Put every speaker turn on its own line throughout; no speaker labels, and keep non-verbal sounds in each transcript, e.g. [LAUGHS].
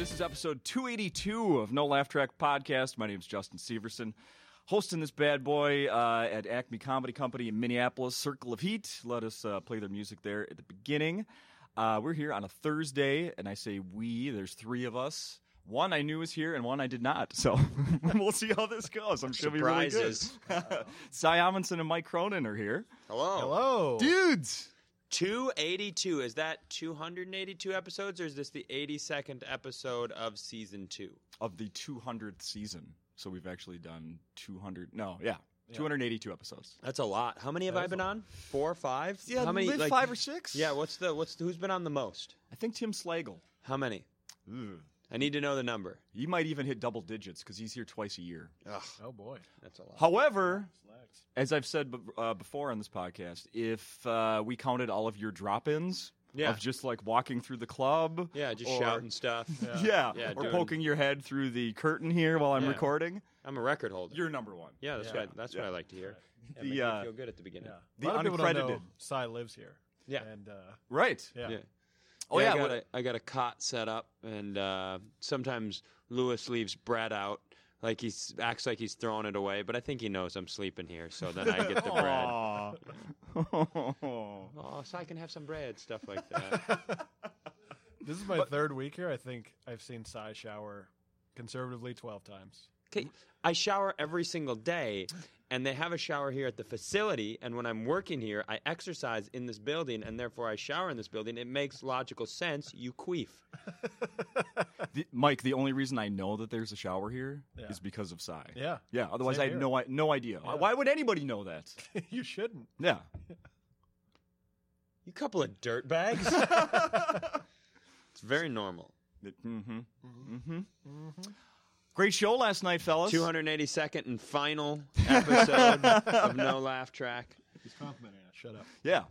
is episode 282 of No Laugh Track Podcast. My name is Justin Severson, hosting this bad boy uh, at Acme Comedy Company in Minneapolis, Circle of Heat. Let us uh, play their music there at the beginning. Uh, we're here on a Thursday, and I say we, there's three of us. One I knew was here, and one I did not. So [LAUGHS] we'll see how this goes. I'm sure
Surprises.
we really good. [LAUGHS] Cy Amundsen and Mike Cronin are here.
Hello.
Hello.
Dudes!
282. Is that 282 episodes or is this the 82nd episode of season 2?
Of the 200th season. So we've actually done 200. No, yeah. 282 episodes.
That's a lot. How many have I been on? 4 or 5?
Yeah,
How many
live
like-
five or six.
Yeah, what's the what's the, who's been on the most?
I think Tim Slagle.
How many? I need to know the number.
He might even hit double digits because he's here twice a year.
Oh boy.
That's a lot.
However, as I've said bef- uh, before on this podcast, if uh, we counted all of your drop-ins
Yeah.
of just like walking through the club,
Yeah, just
or-
shouting [LAUGHS] stuff.
yeah,
Yeah,
or
doing-
poking your head through the curtain here while I'm
Yeah.
recording,
I'm a record holder.
you're number one.
yeah, that's
Yeah.
what I, that's what I like to hear. Yeah,
The,
make me
uh,
feel good at the beginning.
Yeah.
The
a lot of people don't know
uncredited.
Cy lives here.
Yeah.
And uh,
right.
yeah.
Yeah.
Oh yeah,
I got,
what-
a, I got a cot set up, and uh, sometimes Lewis leaves bread out, like he acts like he's throwing it away. But I think he knows I'm sleeping here, so then I get the
[LAUGHS]
bread.
Aw.
Oh, so I can have some bread, stuff like that.
This is my third week here. I think I've seen Cy shower conservatively twelve times.
'Kay, I shower every single day, and they have a shower here at the facility. And when I'm working here, I exercise in this building, and therefore I shower in this building. It makes logical sense. You queef.
[LAUGHS] The- Mike, the only reason I know that there's a shower here is
Yeah.
because of Psy.
Yeah.
Yeah. Otherwise,
Same
I had
here.
no i- no idea. Why would anybody know that?
[LAUGHS] you shouldn't.
Yeah.
You couple of dirt
[LAUGHS]
bags. it's very normal.
Mm-hmm. Mm-hmm. Great show last night, fellas.
282nd and final episode of No Laugh Track.
He's complimenting us. Shut up.
Yeah.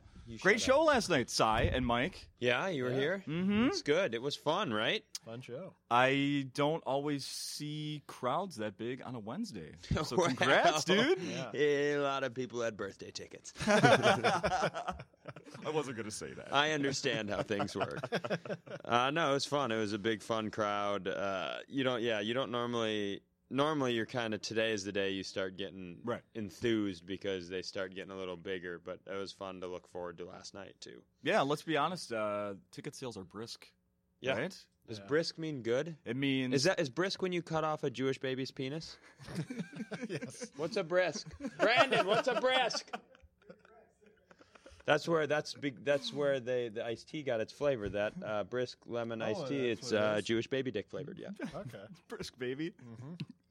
Great
shut
show last night, Cy and Mike.
Yeah, you were here. Mm-hmm. It's good. It was fun, [LAUGHS] right?
Fun show.
I don't always see crowds that big on a Wednesday. So
Wow. [LAUGHS]
congrats, dude.
A
Yeah.
lot of people had birthday tickets.
I wasn't going to say that.
I understand how things work. Uh, no, it was fun. It was a big, fun crowd. Uh, you don't, yeah, you don't normally. Normally, you're kind of today is the day you start getting
Right.
enthused because they start getting a little bigger. But it was fun to look forward to last night too.
yeah, let's be honest. Uh, ticket sales are brisk.
Yeah.
Right?
Does
Yeah.
brisk mean good?
It means
Is that is brisk when you cut off a Jewish baby's penis?
[LAUGHS]
yes.
What's a brisk? Brandon, what's a brisk? That's where that's big, that's where they the iced tea got its flavor. That uh, brisk lemon iced
Oh,
tea.
that's
It's
what it
uh,
is.
Jewish baby dick flavored, yeah.
[LAUGHS] Okay.
brisk, baby.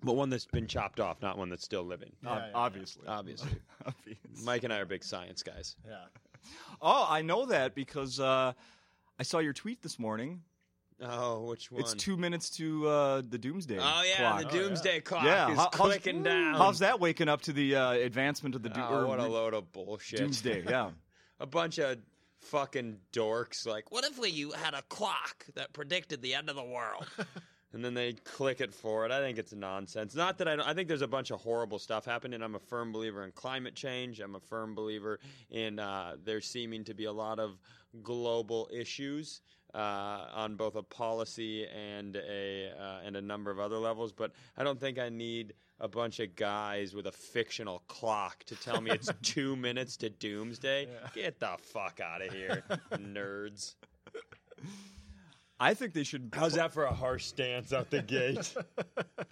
But one that's been chopped off, not one that's still living.
Yeah,
Ob-
yeah, yeah.
obviously.
Obviously,
[LAUGHS] Obvious.
Mike and I are big science guys.
Yeah.
Oh, I know that because uh, I saw your tweet this morning.
Oh, which one?
It's two minutes to uh, the doomsday.
Oh yeah,
clock.
the doomsday clock
Yeah,
is
how- how's-
clicking down.
How's that waking up to the uh, advancement of the do-
Oh,
or
what a
re-
load of bullshit.
doomsday? Yeah.
a bunch of fucking dorks like what if we you had a clock that predicted the end of the world and then they click it forward i think it's nonsense not that i don't i think there's a bunch of horrible stuff happening i'm a firm believer in climate change i'm a firm believer in uh, there seeming to be a lot of global issues uh, on both a policy and a uh, and a number of other levels, but I don't think I need a bunch of guys with a fictional clock to tell me it's two minutes to doomsday. Get the fuck out of here, nerds!
I think they should.
How's that for a harsh stance out the gate?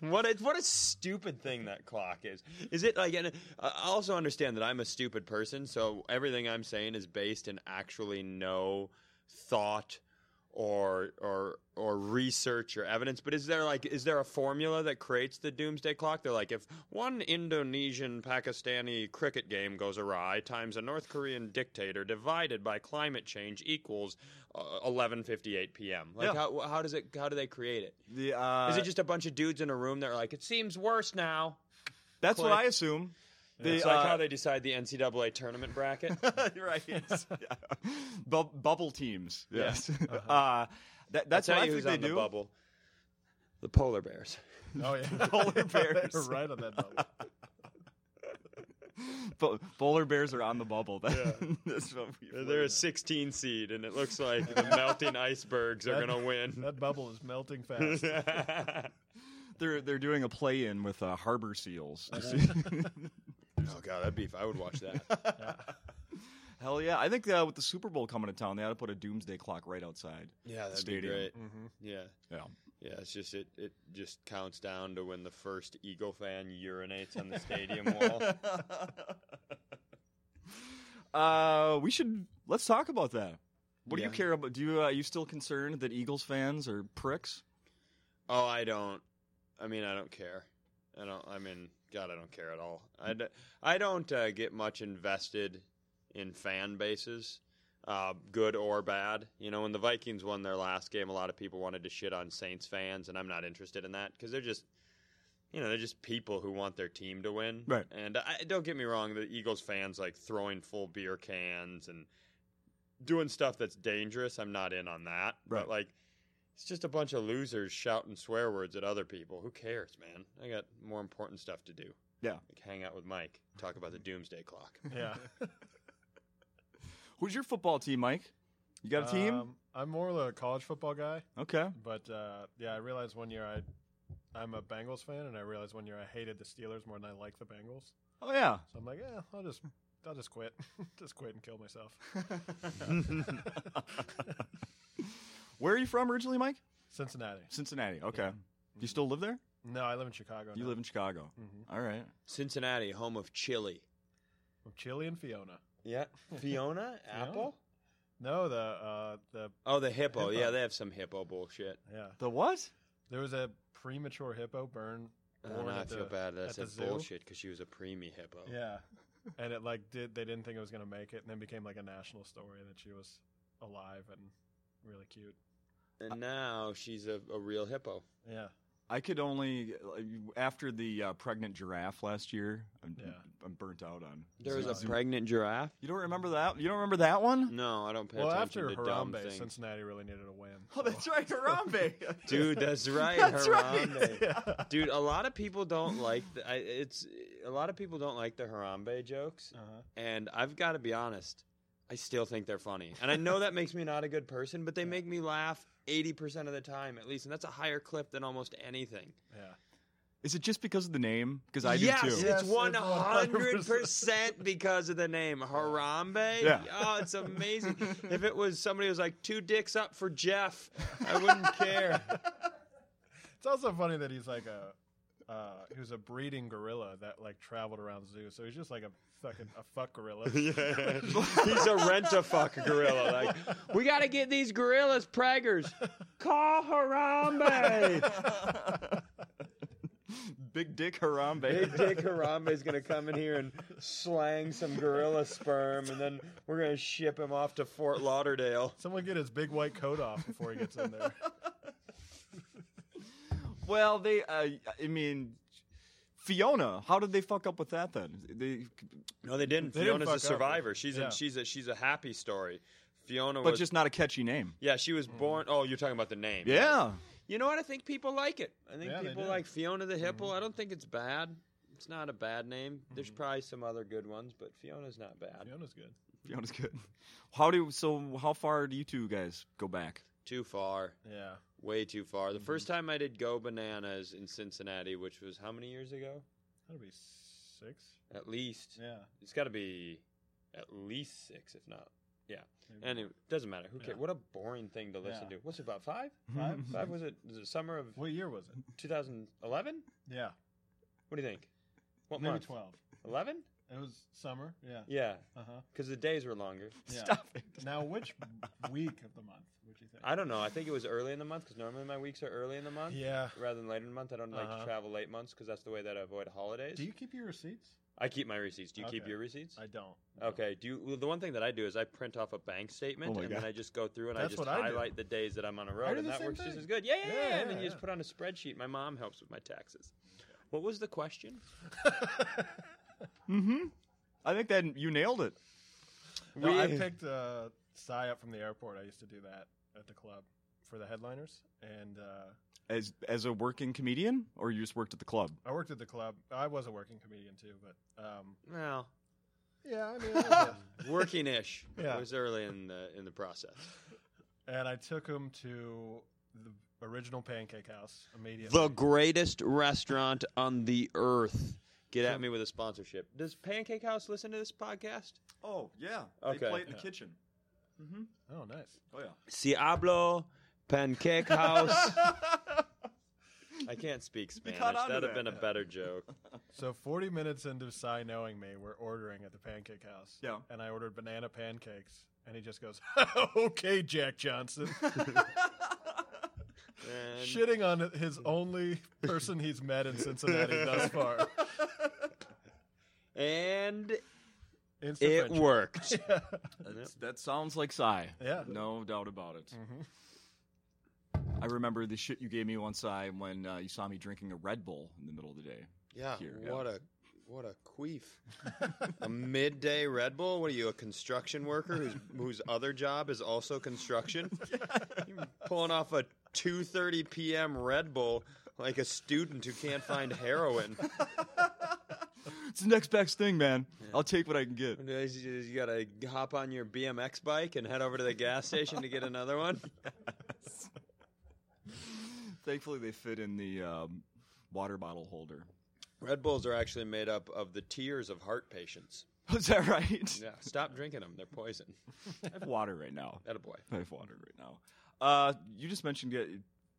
what a, what a stupid thing that clock is. Is it like? And uh, I also understand that I'm a stupid person, so everything I'm saying is based in actually no thought or or or research or evidence. But is there like is there a formula that creates the doomsday clock? They're like if one Indonesian Pakistani cricket game goes awry times a North Korean dictator divided by climate change equals uh, 11:58 p.m. Like
Yeah.
how how does it how do they create it?
The, uh,
Is it just a bunch of dudes in a room that are like, it seems worse now?
that's what
click?
I assume. The,
It's like how they decide the NCAA tournament bracket.
uh,
[LAUGHS]
right. yes. Yeah. Bu- bubble teams.
Yeah. Uh-huh.
Yes. [LAUGHS] Uh, that, [LAUGHS] that's
I'll
what
tell
I think
you who's
they
on
do.
the bubble. The polar bears.
Oh yeah. [LAUGHS]
Polar
They were
bears.
right on that bubble.
Bo- Polar bears are on the bubble. [LAUGHS] That, that's what we
They're a 16 seed, and it looks like the melting icebergs are
That-
gonna [LAUGHS] win.
That bubble is melting fast.
[LAUGHS]
They're they're doing a play in with uh, harbor seals.
Uh-huh.
[LAUGHS]
Oh god, that beef! I would watch that.
Hell yeah! I think uh, with the Super Bowl coming to town, they ought to put a doomsday clock right outside.
[LAUGHS] Yeah, that'd
Stadium.
be great.
Mhm.
Mm-hmm. Yeah,
Yeah.
yeah. It's just it it just counts down to when the first Eagle fan urinates on the stadium wall.
Uh, we should let's talk about that. What do
Yeah.
you care about? Do you uh, you still concerned that Eagles fans are pricks?
Oh, I don't. I mean, I don't care. I don't. I mean, God, I don't care at all. I, d- I don't uh, get much invested in fan bases, uh, good or bad. You know, when the Vikings won their last game, a lot of people wanted to shit on Saints fans, and I'm not interested in that because they're just, you know, they're just people who want their team to win.
Right.
And I, don't get me wrong, the Eagles fans like throwing full beer cans and doing stuff that's dangerous. I'm not in on that.
Right.
But like. It's just a bunch of losers shouting swear words at other people. Who cares, man? I got more important stuff to do.
Yeah.
Like hang out with Mike, talk about the doomsday clock.
[LAUGHS] Yeah.
Who's your football team, Mike? You got a team?
Um, I'm more of a college football guy,
okay.
but uh, yeah, I realized one year I, I'm a Bengals fan, and I realized one year I hated the Steelers more than I liked the Bengals.
Oh yeah.
So I'm like, yeah, I'll just, I'll just quit, [LAUGHS] just quit and
[LAUGHS]
kill myself.
Where are you from originally, Mike?
Cincinnati.
Cincinnati. Okay. Do you still live there?
No, I live in Chicago.
You
now.
live in Chicago.
Mhm.
All right.
Cincinnati, home of chili.
From Chile and Fiona.
Yeah. [LAUGHS] Fiona?
Apple? No, the uh, the
Oh, the hippo.
Hippo.
Yeah, they have some hippo bullshit.
yeah.
The what?
There was a premature hippo burn.
Oh,
born
no, I
at
feel
the-
bad.
at
That's
the
a
zoo.
bullshit because she was a preemie hippo.
Oh.
Yeah, and it like did they didn't think it was gonna make it, and then became like a national story that she was alive and really cute.
And now she's a, a real hippo.
Yeah,
I could only uh, after the uh, pregnant giraffe last year. I'm,
Yeah.
I'm burnt out on.
There was a
Zoo.
pregnant giraffe.
You don't remember that? You don't remember that one?
No, I don't pay
well,
attention
after
to dumb
Harambe,
things.
Cincinnati really needed a win.
Oh, that's right, Harambe. [LAUGHS]
Dude,
[LAUGHS]
that's right.
That's right.
Harambe. [LAUGHS] Dude, a lot of people don't like the, I, it's a lot of people don't like the Harambe jokes,
uh
and I've got to be honest, I still think they're funny, and I know that makes me not a good person, but they make me laugh eighty percent of the time at least, and that's a higher clip than almost anything.
Yeah,
Is it just because of the name? Because I
yes,
do
it's
too.
Yes, it's
one
100%.
hundred percent because of the name Harambe.
Yeah.
Oh, it's amazing. if it was somebody who was like two dicks up for Jeff, I wouldn't
[LAUGHS]
care.
it's also funny that he's like a. Uh, he was a breeding gorilla that like traveled around zoos, so he's just like a fucking a fuck gorilla.
[LAUGHS]
[LAUGHS]
Yeah. He's a rent a fuck gorilla. Like, we got to get these gorillas preggers. [LAUGHS] Call Harambe.
[LAUGHS] Big Dick Harambe.
Big Dick Harambe's going to come in here and slang some gorilla sperm, and then we're going to ship him off to Fort Lauderdale.
[LAUGHS] Someone get his big white coat off before he gets in
[LAUGHS]
there.
Well, they. Uh, I mean, Fiona. How did they fuck up with that then? They,
No, they didn't.
They didn't
Fiona's a
fuck up.
survivor. She's,
Yeah.
a, she's, a, she's a happy story. Fiona
but
was.
just not a catchy name.
yeah, she was born. Oh, you're talking about the name.
Yeah.
You know what? I think people like it. I think
Yeah, they
people
do. Mm-hmm.
like Fiona the Hippo. I don't think it's bad. It's not a bad name. There's probably some other good ones, but Fiona's not bad.
Fiona's good.
Fiona's good. How do so? How far do you two guys go back?
Too far.
Yeah,
Way too far.
Mm-hmm.
The first time I did Go Bananas in Cincinnati, which was how many years ago?
that'll be six.
At least.
Yeah.
It's got to be at least six, if not. Yeah.
Maybe.
Anyway, doesn't matter. Who cares?
Yeah.
What a boring thing to listen
Yeah.
to. What's it, about five?
Five?
[LAUGHS] Five was it? Was it summer of
What year was it?
2011?
Yeah,
What do you think? What
maybe
month?
twelve.
11?
It was summer. Yeah.
Yeah,
Uh huh.
because the days were longer.
Yeah.
Stop it.
[LAUGHS]
Now, which week of the month would you think?
I don't know. I think it was early in the month because normally my weeks are early in the month
yeah.
rather than later in the month. I don't like to
Uh-huh.
travel late months because that's the way that I avoid holidays.
Do you keep your receipts?
I keep my receipts. Do you keep
Okay.
your receipts?
I don't.
Okay. Do you, well, the one thing that I do is I print off a bank statement
Oh my
and
God.
then I just go through and
That's
I just
what I do.
highlight the days that I'm on a road,
do
and
the
that
same
works just
thing.
as good. Yeah, yeah, yeah.
Yeah,
and then
yeah,
you just
yeah.
put on a spreadsheet. My mom helps with my taxes. What was the question?
[LAUGHS]
Mm-hmm. I think that you nailed it.
No, I
We-
picked uh, Psy up from the airport. I used to do that at the club for the headliners, and uh,
as as a working comedian, or you just worked at the club?
I worked at the club. I was a working comedian too, but um,
Well,
yeah, [LAUGHS] I mean, I was a-
working ish.
Yeah.
It was early in the in the process.
and I took him to the original Pancake House immediately.
The greatest restaurant on the earth. Get at me with a sponsorship. Does Pancake House listen to this podcast?
Oh yeah,
Okay. play it in
the
kitchen.
oh, nice.
Oh yeah.
Si hablo Pancake House. [LAUGHS] I can't speak Spanish.
caught on to
That'd have
that.
been a better joke.
So forty minutes into Cy knowing me, we're ordering at the Pancake House.
Yeah.
and I ordered banana pancakes, and he just goes, [LAUGHS] "Okay, Jack Johnson,"
And
shitting on his only person he's met in Cincinnati
[LAUGHS]
thus far.
and
Instant
it
friendship.
[LAUGHS] worked.
That's, that sounds like Psy.
[LAUGHS] Yeah.
No doubt about it. I remember the shit you gave me once I when uh, you saw me drinking a Red Bull in the middle of the day.
Yeah,
Here, yeah.
what a what a queef. a midday Red Bull? What are you, a construction worker [LAUGHS] whose whose other job is also construction? [LAUGHS] you pulling off a 2:30 p.m. Red Bull like a student who can't find heroin.
It's the next best thing, man. I'll take what I can get.
[LAUGHS] You you gotta hop on your BMX bike and head over to the gas station to get another one.
Thankfully, they fit in the um, water bottle holder.
[LAUGHS]
[LAUGHS]
Red Bulls are actually made up of the tears of heart patients.
Is that right?
Yeah, stop drinking them; they're poison.
I have water right now.
That a boy.
I have water right now. Uh, you just mentioned uh,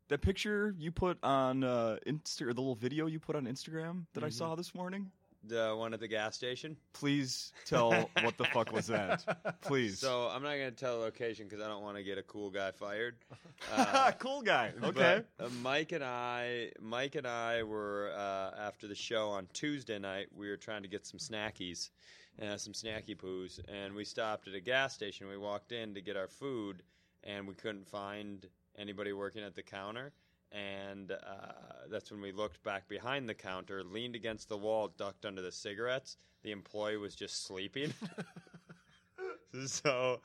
that picture you put on uh, Insta, or the little video you put on Instagram that I saw this morning.
The one at the gas station.
Please tell what the fuck was
[LAUGHS]
[LAUGHS]
that? Please. [LAUGHS]
So I'm not going to tell the location because I don't want to get a cool guy fired. Uh,
cool guy. Okay.
but, uh, Mike and I, Mike and I were uh, after the show on Tuesday night. We were trying to get some snackies, uh, some snacky poos, and we stopped at a gas station. We walked in to get our food, and we couldn't find anybody working at the counter. And uh, that's when we looked back behind the counter, leaned against the wall, ducked under the cigarettes. The employee was just sleeping. [LAUGHS] so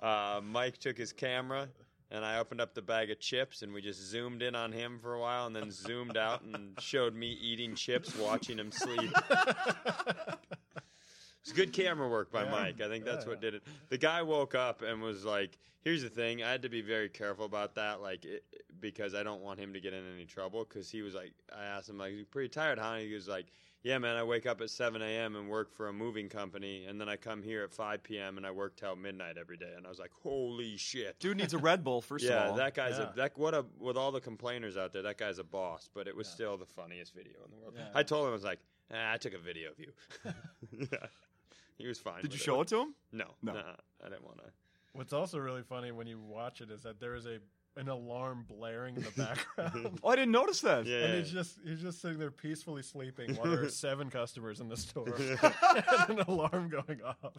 uh, Mike took his camera, and I opened up the bag of chips, and we just zoomed in on him for a while, and then zoomed out and showed me eating chips, watching him [LAUGHS] sleep. It's good camera work by
Yeah.
Mike. I think that's
Yeah.
what did it. The guy woke up and was like, "Here's the thing. I had to be very careful about that, like, it, because I don't want him to get in any trouble." Because he was like, I asked him like, "You pretty tired, huh?" He was like, "Yeah, man. I wake up at 7 a.m. and work for a moving company, and then I come here at 5 p.m. and I work till midnight every day." And I was like, "Holy shit!"
Dude needs a Red Bull, first of
yeah,
all.
that guy's
Yeah.
a that what a with all the complainers out there, that guy's a boss. But it was still the funniest video in the world.
Yeah.
I told him I was like, ah, I took a video of you. [LAUGHS] he was fine.
Did you show it to him?
No,
No.
no, I didn't want to.
What's also really funny when you watch it is that there is a an alarm blaring
[LAUGHS]
in the background.
Oh, I didn't notice that.
Yeah,
And he's just he's just sitting there peacefully sleeping
[LAUGHS]
while there are seven customers in the store [LAUGHS] and an alarm going [LAUGHS] off.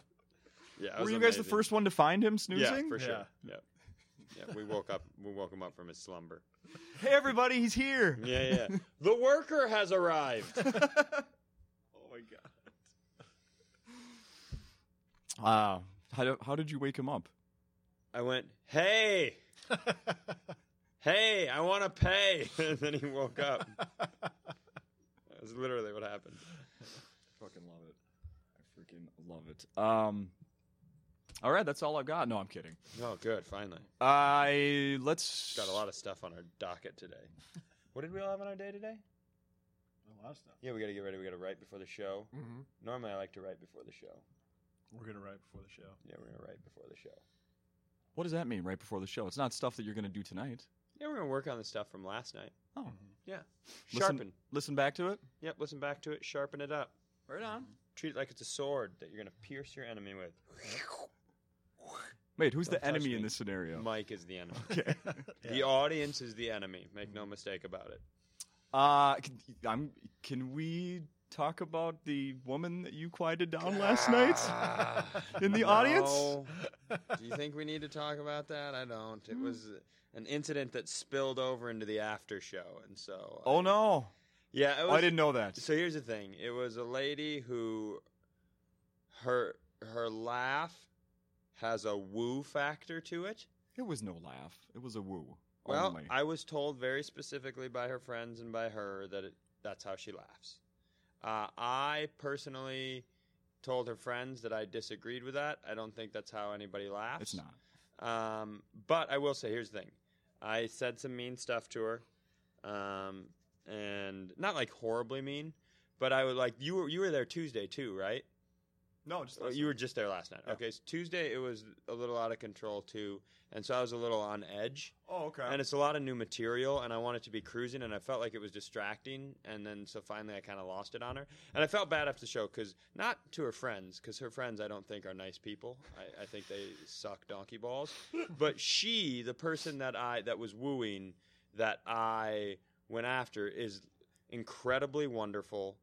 yeah. it
Were
was
you guys the
amazing.
first one to find him
Yeah,
snoozing?
for sure.
[LAUGHS]
Yeah.
Yeah. yeah. we woke up. We woke him up from his slumber.
[LAUGHS] hey, everybody, he's here.
Yeah, yeah. the worker has arrived.
Oh, my God. Uh, how, do- how did you wake him up?
I went, hey, hey, I want to pay. [LAUGHS] and then he woke up. That was literally what happened.
Fucking love it. I freaking love it. Um, all right, that's all I've got. No, I'm kidding.
Oh, good. Finally,
I let's
got a lot of stuff on our docket today. What did we all have on our day today?
A lot of stuff.
Yeah, we got to get ready. We got to write before the show.
hmm
Normally, I like to write before the show.
We're gonna write before the show.
Yeah, we're gonna write before the show.
What does that mean? Right before the show, it's not stuff that you're going to do tonight.
Yeah, we're gonna work on the stuff from last night.
Oh,
Mm-hmm.
Yeah,
listen,
sharpen.
Listen back to it.
Yep, listen back to it. Sharpen it up.
Right on.
Treat it like it's a sword that you're gonna pierce your enemy with.
Wait, who's
Don't
the
touch
enemy in
me.
this scenario?
Mike is the enemy.
[LAUGHS] okay.
The audience is the enemy. Make no mistake about it.
Uh, can, I'm. Can we talk about the woman that you quieted down last night
Ah.
in the audience?
[LAUGHS]
Do you think we need to talk about that? I don't. It was an incident that spilled over into the after show, and so. uh,
Oh no,
Yeah, it
Oh,
was,
I didn't know that.
So here's the thing: it was a lady who, her her laugh has a woo factor to it.
It was no laugh. It was a woo.
Well,
only.
I was told very specifically by her friends and by her that it, that's how she laughs. Uh, I personally told her friends that I disagreed with that. I don't think that's how anybody laughs.
it's not.
Um, but I will say, here's the thing: I said some mean stuff to her, um, and not like horribly mean, but I would like you were you were there Tuesday too, right?
No, just
Or you were just there last night.
Yeah.
Okay, so Tuesday it was a little out of control too, and so I was a little on edge.
Oh, okay.
And it's a lot of new material, and I wanted to be cruising, and I felt like it was distracting, and then so finally I kind of lost it on her, and I felt bad after the show because not to her friends, because her friends I don't think are nice people. I, I think they suck donkey balls, but she, the person that I that was wooing, that I went after, is incredibly wonderful,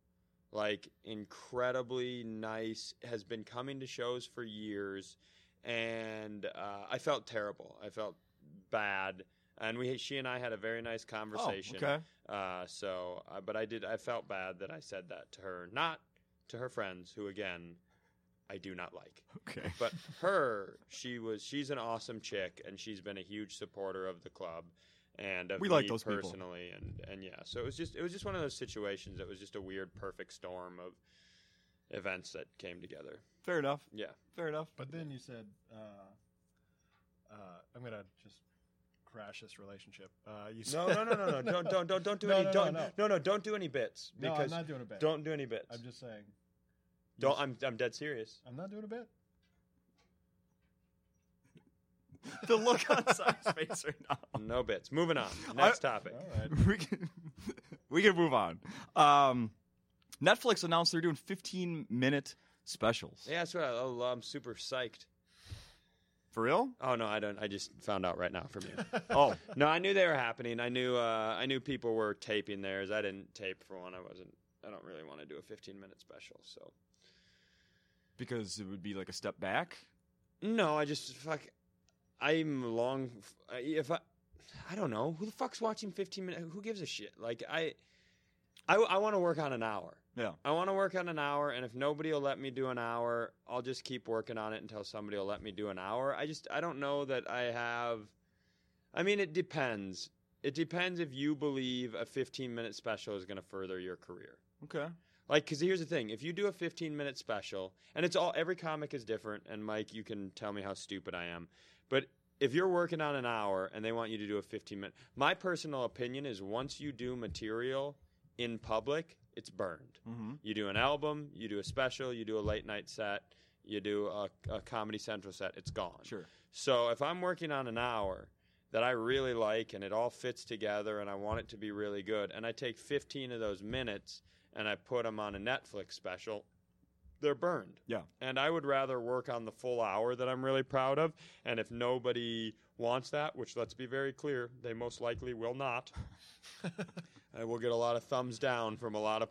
like incredibly nice. Has been coming to shows for years, and uh, I felt terrible. I felt bad. And we, she and I had a very nice conversation.
Oh, okay.
Uh, so, uh, but I did. I felt bad that I said that to her, not to her friends, who again, I do not like.
Okay.
But her, she was. She's an awesome chick, and she's been a huge supporter of the club, and of
We
me
like those people.
personally. And and yeah, so it was just it was just one of those situations that was just a weird, perfect storm of events that came together.
Fair enough.
Yeah.
Fair enough.
But then you said, uh, uh, "I'm gonna just crash this relationship." Uh, you
No,
said,
no, no,
[LAUGHS]
no, no! Don't, don't, don't, don't do
No,
any.
no, no,
don't,
no.
no, no, don't do any bits
No, I'm
because
not doing a bit.
don't do any bits.
I'm just saying. you
Don't.
s-
I'm. I'm dead serious.
I'm not doing a bit.
the look on Simon's face right now.
No bits. Moving [LAUGHS] on. Next topic.
All
[LAUGHS]
right.
we can we can move on. Um, Netflix announced they're doing 15 minute specials.
Yeah, that's what I, oh, I'm super psyched.
For real?
Oh no, I don't. I just found out right now from [LAUGHS] you.
Oh,
no, I knew they were happening. I knew. Uh, I knew people were taping theirs. I didn't tape for one. I wasn't. I don't really want to do a 15 minute special. So
because it would be like a step back.
no, I just fuck. I'm long. I- If I, I don't know who the fuck's watching 15 minutes. Who gives a shit? Like I, I, I want to work on an hour.
Yeah.
I want to work on an hour, and if nobody will let me do an hour, I'll just keep working on it until somebody will let me do an hour. I just I don't know that I have. I mean, it depends. It depends if you believe a 15 minute special is going to further your career.
Okay.
Like, because here's the thing: if you do a 15 minute special, and it's all every comic is different, and Mike, you can tell me how stupid I am, but if you're working on an hour and they want you to do a 15 minute, my personal opinion is once you do material in public, it's burned.
Mm-hmm.
You do an album, you do a special, you do a late night set, you do a, a Comedy Central set, it's gone.
Sure.
So if I'm working on an hour that I really like and it all fits together and I want it to be really good, and I take 15 of those minutes and I put them on a Netflix special, they're burned.
Yeah.
And I would rather work on the full hour that I'm really proud of. And if nobody wants that, which let's be very clear, they most likely will not. I will get a lot of thumbs down from a lot of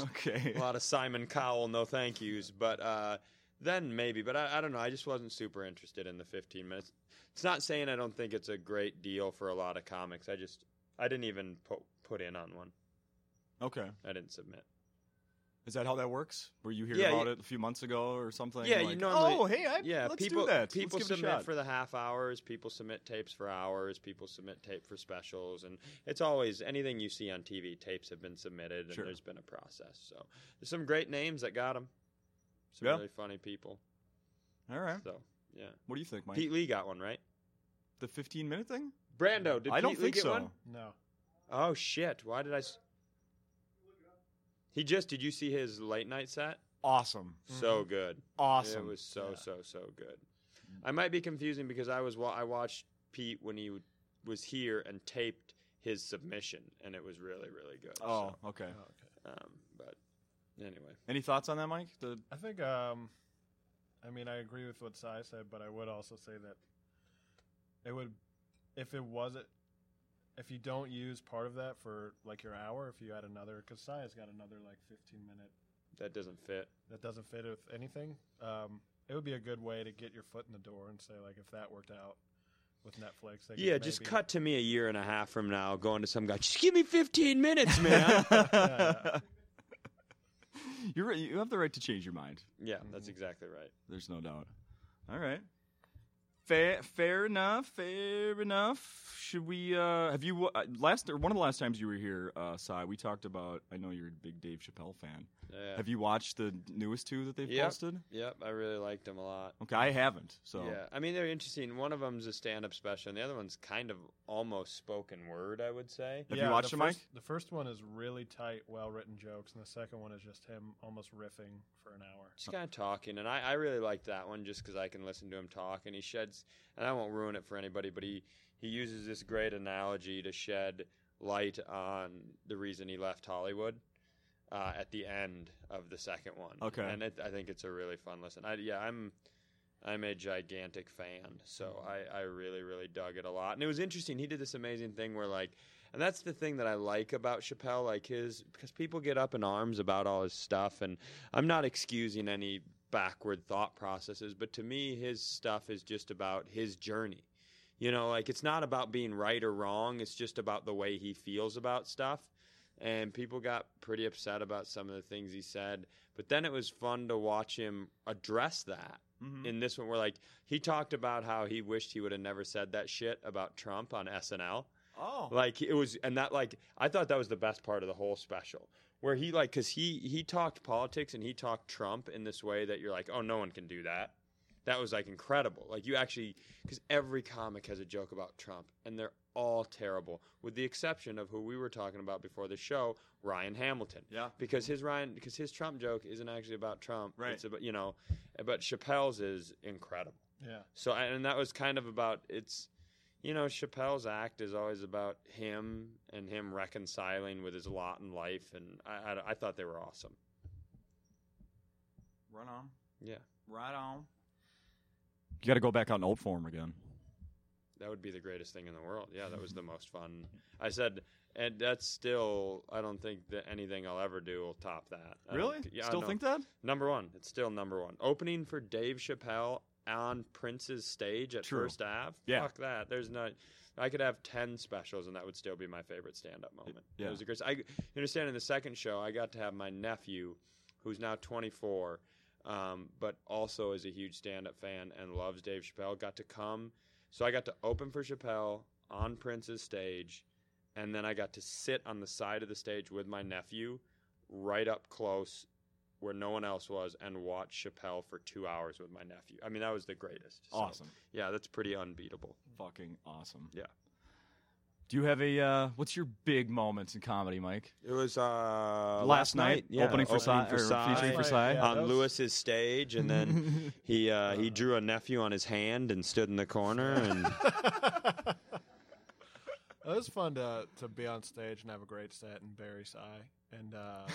[LAUGHS] Okay.
a lot of Simon Cowell, no thank yous. But uh, then maybe. But I, I don't know. I just wasn't super interested in the 15 minutes. It's not saying I don't think it's a great deal for a lot of comics. I just I didn't even put put in on one.
Okay.
I didn't submit.
Is that how that works? Were you hearing
Yeah,
about
yeah.
it a few months ago or something?
Yeah, you
like,
normally-
Oh, hey, I,
yeah,
let's
people
do that.
people
let's give it a
submit
shot.
for the half hours. People submit tapes for hours. People submit tape for specials, and it's always anything you see on TV. Tapes have been submitted, and
Sure.
there's been a process. So there's some great names that got them. Some
Yeah.
really funny people.
All right.
So yeah,
What do you think, Mike?
Pete Lee got one right.
the 15 minute thing?
Brando, did
I don't
Pete Lee
think
get
so.
one?
[LAUGHS] No.
Oh shit! Why did I? s- He just did. You see his late night set?
Awesome.
So good.
Mm-hmm. Awesome.
It was so
Yeah.
so so good. I might be confusing because I was wa- I watched Pete when he was here and taped his submission, and it was really really good.
Oh, okay.
Oh, okay.
So, um, but anyway,
Any thoughts on that, Mike? The
I think, um, I mean, I agree with what Sai said, but I would also say that it would, if it wasn't, if you don't use part of that for like your hour, if you add another, because Sai's got another like 15 minute
that doesn't fit.
that doesn't fit with anything, um, it would be a good way to get your foot in the door and say, like, if that worked out with Netflix, they could
Yeah, just
maybe-
cut to me a year and a half from now, going to some guy. Just give me fifteen
[LAUGHS]
minutes, man.
yeah.
You're right. You have the right to change your mind.
yeah, that's exactly right.
There's no doubt. All right. Fair, fair enough. Fair enough. Should we? Uh, have you uh, last or one of the last times you were here, uh, Sai? We talked about. I know you're a big Dave Chappelle fan.
Yeah.
Have you watched the newest two that they've
Yep.
posted?
Yep, I really liked him a lot.
Okay, I haven't. So
Yeah, I mean they're interesting. One of them's a stand-up special, and the other one's kind of almost spoken word, I would say.
Have you watched
the
it, Mike?
first- The first one is really tight, well written jokes, and the second one is just him almost riffing for an hour.
Just kind of talking, and I, I really liked that one just because I can listen to him talk, and he sheds, and I won't ruin it for anybody, but he he uses this great analogy to shed light on the reason he left Hollywood uh, at the end of the second one.
Okay.
and it, I think it's a really fun listen. I, yeah, I'm I'm a gigantic fan, so I, I really, really dug it a lot. And it was interesting. He did this amazing thing where, like, and that's the thing that I like about Chappelle, like his, because people get up in arms about all his stuff, and I'm not excusing any backward thought processes, but to me, his stuff is just about his journey. You know, like, it's not about being right or wrong, it's just about the way he feels about stuff. And people got pretty upset about some of the things he said. But then it was fun to watch him address that
Mhm.
Mm-hmm.
in this one where like he talked about how he wished he would have never said that shit about Trump on SNL.
Oh.
Like it was and that like I thought that was the best part of the whole special. Where he like cuz he he talked politics and he talked Trump in this way that you're like, "Oh, no one can do that." That was like incredible. Like you actually cuz every comic has a joke about Trump and they're all terrible with the exception of who we were talking about before the show, Ryan Hamilton
Yeah.
because his Ryan because his Trump joke isn't actually about Trump.
Right.
It's about you know, but Chappelle's is incredible.
Yeah.
So I- and that was kind of about it's, you know, Chappelle's act is always about him and him reconciling with his lot in life, and I I, I thought they were awesome.
Run on.
Yeah,
Right on. You got to go back out in old form again.
that would be the greatest thing in the world. Yeah, that was the most fun. I said. And that's still, I don't think that anything I'll ever do will top that. I don't
Really?
c- Uh, Yeah, I
Still
know.
think that?
Number one. It's still number one. Opening for Dave Chappelle on Prince's stage at
True.
First Ave.
Yeah.
Fuck that. There's not. I could have ten specials and that would still be my favorite stand-up moment.
yeah.
It was a great. I you understand in the second show I got to have my nephew, who's now 24, um, but also is a huge stand-up fan and loves Dave Chappelle. Got to come, so I got to open for Chappelle on Prince's stage, and then I got to sit on the side of the stage with my nephew, right up close, where no one else was, and watch Chappelle for two hours with my nephew. I mean, that was the greatest. So,
Awesome.
yeah, that's pretty unbeatable.
Fucking awesome.
Yeah.
Do you have a uh, what's your big moments in comedy, Mike?
It was uh, last,
opening for Psy, or featuring for
Right,
Psy.
yeah.
on
that was-
Lewis's stage, and
[LAUGHS]
then he uh, he drew a nephew on his hand and stood in the corner. And
It was fun to to be on stage and have a great set and Barry sigh and uh,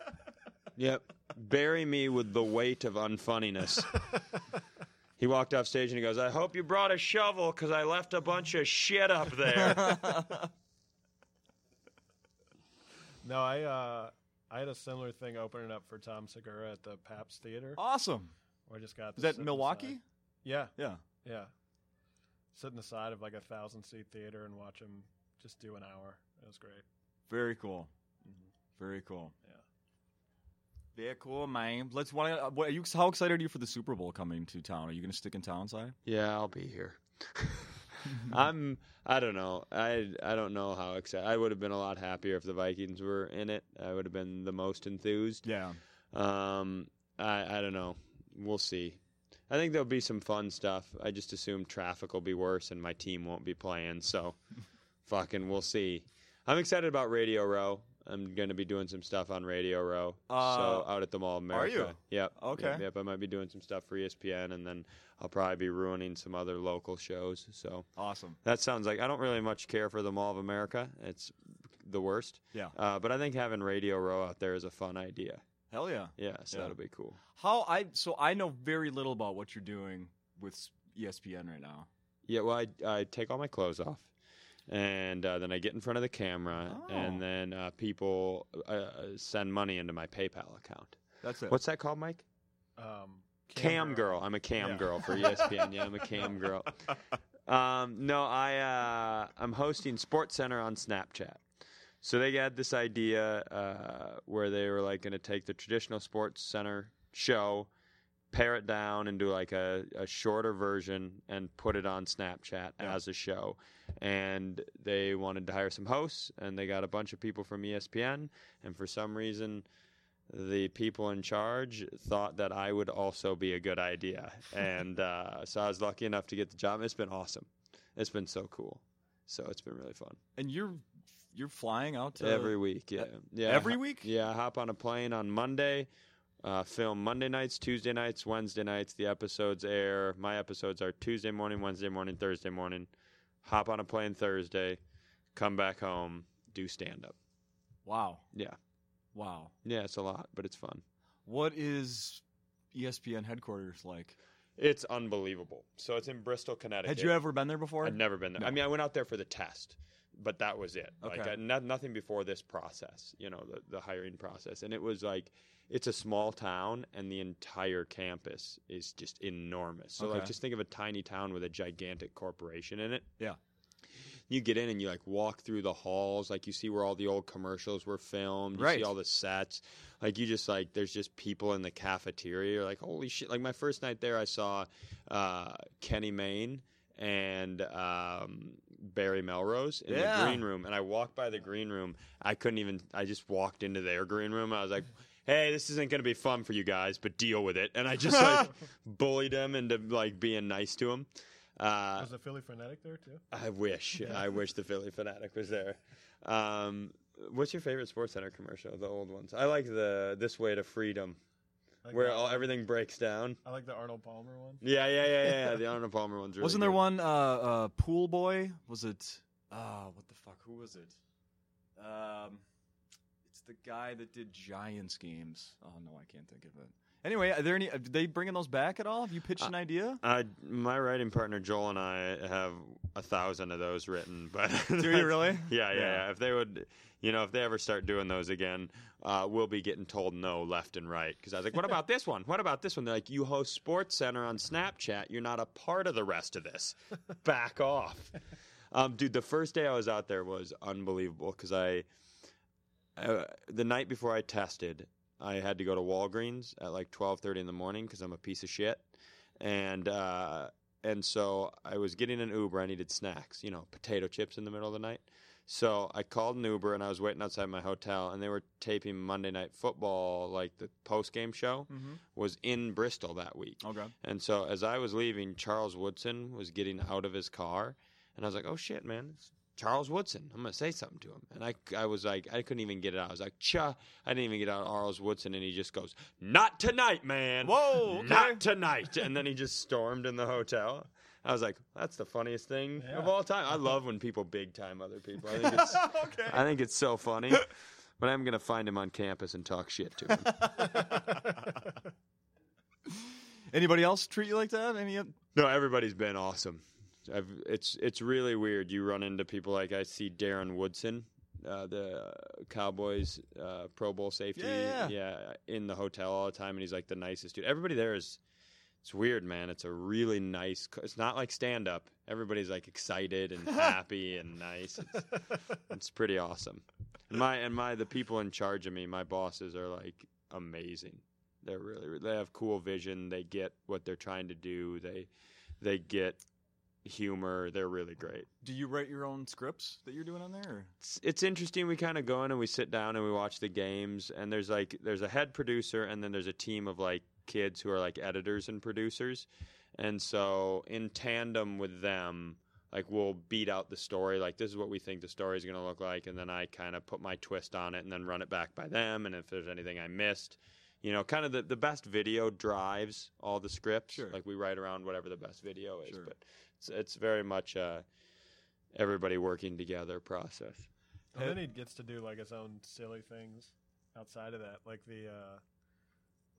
[LAUGHS]
yep, bury me with the weight of unfunniness. he walked off stage and he goes, "I hope you brought a shovel because I left a bunch of shit
[LAUGHS]
up [LAUGHS] there."
no, I uh, I had a similar thing opening up for Tom Segura at the Paps Theater.
Awesome.
Where I just got to
Oh. Is that
sit
Milwaukee?
Beside. Yeah,
Yeah.
yeah. Sit in the side of like a thousand seat theater and watch him just do an hour. It was great.
Very cool. Very cool.
Yeah.
Very cool, man. Let's. Why, uh, what, are you, how excited are you for the Super Bowl coming to town? Are you going to stick in town, Si?
yeah, I'll be here. [LAUGHS] I'm. I don't know. I I don't know how excited. I would have been a lot happier if the Vikings were in it. I would have been the most enthused.
Yeah.
Um, I I don't know. We'll see. I think there'll be some fun stuff. I just assume traffic will be worse and my team won't be playing. So,
[LAUGHS]
fucking, we'll see. I'm excited about Radio Row. I'm going to be doing some stuff on Radio Row.
Uh,
so out at the Mall of America.
you?
Yep.
Okay.
Yep, yep. I might be doing some stuff for E ESPN, and then I'll probably be ruining some other local shows. So
Awesome.
that sounds like I don't really much care for the Mall of America. It's the worst.
Yeah.
Uh, but I think having Radio Row out there is a fun idea.
Hell yeah.
Yeah, so
Yeah.
that'll be cool.
How I so I know very little about what you're doing with s- ESPN right now.
Yeah, well, I, I take all my clothes off, and uh, then I get in front of the camera,
Oh.
and then uh, people uh, uh, send money into my PayPal account.
That's it.
What's that called, Mike?
Um,
Cam, girl. I'm a cam
Yeah.
girl for E ESPN. yeah, I'm a cam girl. Um, no, I uh, I'm hosting Sports Center on Snapchat. So they had this idea uh, where they were like going to take the traditional Sports Center show pare it down and do like a, a shorter version and put it on Snapchat
Yeah.
as a show. And they wanted to hire some hosts, and they got a bunch of people from E ESPN. And for some reason, the people in charge thought that I would also be a
[LAUGHS]
good idea. and uh, so I was lucky enough to get the job. It's been awesome. It's been so cool. So it's been really fun.
And you're you're flying out to
every week, yeah. yeah.
e-, every
I-
week?
Yeah, I hop on a plane on Monday, uh, film Monday nights, Tuesday nights, Wednesday nights. The episodes air. My episodes are Tuesday morning, Wednesday morning, Thursday morning. Hop on a plane Thursday, come back home, do stand up.
Wow.
Yeah.
Wow.
Yeah, it's a lot, but it's fun.
What is E ESPN headquarters like?
It's unbelievable. So it's in Bristol, Connecticut.
Had you ever been there before?
I've never been there. I
No.
mean, I went out there for the test, but that was it. Like
Okay.
I, no, nothing before this process, you know, the, the hiring process. And it was like, it's a small town, and the entire campus is just enormous. So like,
Okay.
just think of a tiny town with a gigantic corporation in it.
Yeah.
You get in and you like walk through the halls, like you see where all the old commercials were filmed. You
Right.
see all the sets. Like you just like there's just people in the cafeteria. You're like holy shit! Like my first night there, I saw uh, Kenny Mayne and um, Barry Melrose in
Yeah.
the green room, and I walked by the green room. I couldn't even. I just walked into their green room. I was like. Hey, this isn't going to be fun for you guys, but deal with it. And I just [LAUGHS]
[LAUGHS]
like bullied them into like being nice to them. Uh,
Was the Philly frenetic there too?
I wish. I wish the Philly Fanatic was there. Um, what's your favorite Sports Center commercial? The old ones. I like the This Way to Freedom,
I like
where
that
all,
one.
everything breaks down.
I like the Arnold
[LAUGHS]
Palmer one.
Yeah, yeah, yeah, yeah. yeah. The Arnold Palmer one's really
Wasn't there
good.
one uh, uh, pool boy? Was it? Uh, what the fuck? Who was it? Um, it's the guy that did Giants games. Oh no, I can't think of it. Anyway, are there any? Are they bringing those back at all? Have you pitched
Uh,
an
[LAUGHS]
idea?
I, my writing partner Joel and I have a thousand of those written, [LAUGHS] but
Do you really?
Yeah, yeah,
Yeah.
yeah, If they would, you know, if they ever start doing those again, uh, we'll be getting told no left and right. Because I was like, "What about this one? What about this one?" They're like, "You host Sports Center on Snapchat. You're not a part of the rest of this. Back [LAUGHS] off." Um, dude, the first day I was out there was unbelievable because I, uh, the night before I tested, I had to go to Walgreens at like twelve thirty in the morning because I'm a piece of shit, and uh, and so I was getting an Uber. I needed snacks, you know, potato chips in the middle of the night. So I called an Uber and I was waiting outside my hotel, and they were taping Monday Night Football, like the post game show,
Mm-hmm. Oh,
was in Bristol that week.
Okay.
And so as I was leaving, Charles Woodson was getting out of his car, and I was like, "Oh shit, man, it's Charles Woodson! I'm gonna say something to him." And I, I was like, I couldn't even get it out. I was like, "Cha!" I didn't even get out Charles Woodson, and he just goes, "Not tonight, man!
Whoa, okay.
not tonight!" And then he just stormed in the hotel. I was like, "That's the funniest thing of
Yeah.
all time." I love when people big time other people. I think it's,
[LAUGHS]
I think it's so funny. But I'm gonna find him on campus and talk shit to him.
Anybody else treat you like that? Any? oth-
No, everybody's been awesome. I've, it's it's really weird. You run into people like I see Darren Woodson, uh, the Cowboys uh, Pro Bowl safety,
Yeah, yeah.
in the hotel all the time, and he's like the nicest dude. Everybody there is. It's weird, man. It's a really nice. co- It's not like stand up. Everybody's like
[LAUGHS]
excited and happy and nice. It's, it's pretty awesome. And my and my the people in charge of me, my bosses are like amazing. They're really they have cool vision. They get what they're trying to do. They they get humor. They're really great.
Do you write your own scripts that you're doing on there? or-
It's, it's interesting. We kind of go in and we sit down and we watch the games. And there's like there's a head producer and then there's a team of like kids who are like editors and producers. And so in tandem with them, like we'll beat out the story. Like this is what we think the story is going to look like. And then I kind of put my twist on it and then run it back by them. And if there's anything I missed. You know, kind of the, the best video drives all the scripts.
Sure.
Like we write around whatever the best video is,
Sure.
but it's, it's very much uh, everybody working together process.
[LAUGHS] And then he gets to do like his own silly things outside of that, like the uh,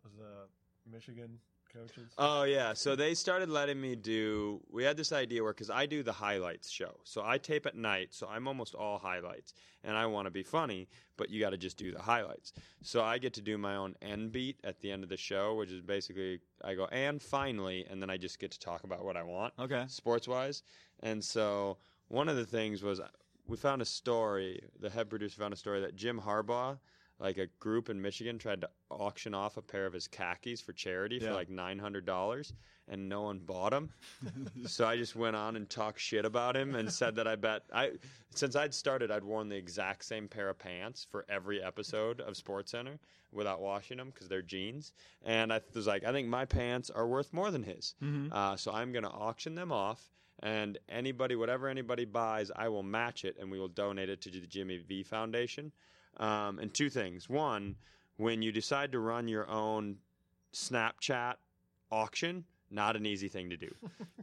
was the Michigan coaches. [LAUGHS]
Oh yeah, so they started letting me do. We had this idea where because I do the highlights show, so I tape at night, so I'm almost all highlights, and I want to be funny, but you got to just do the highlights. So I get to do my own end beat at the end of the show, which is basically I go and finally, and then I just get to talk about what I want
Okay.
sports wise. And so one of the things was we found a story, the head producer found a story that Jim Harbaugh like a group in Michigan tried to auction off a pair of his khakis for charity
Yeah.
for like nine hundred dollars, and no one
[LAUGHS]
bought them. so I just went on and talked shit about him and said that I bet I since I'd started I'd worn the exact same pair of pants for every episode of Sports Center without washing them because they're jeans, and I was like, I think my pants are worth more than his,
Mm-hmm.
uh, so I'm gonna auction them off. And anybody, whatever anybody buys, I will match it, and we will donate it to the Jimmy V Foundation. Um, and two things. One, when you decide to run your own Snapchat auction, not an easy thing to do.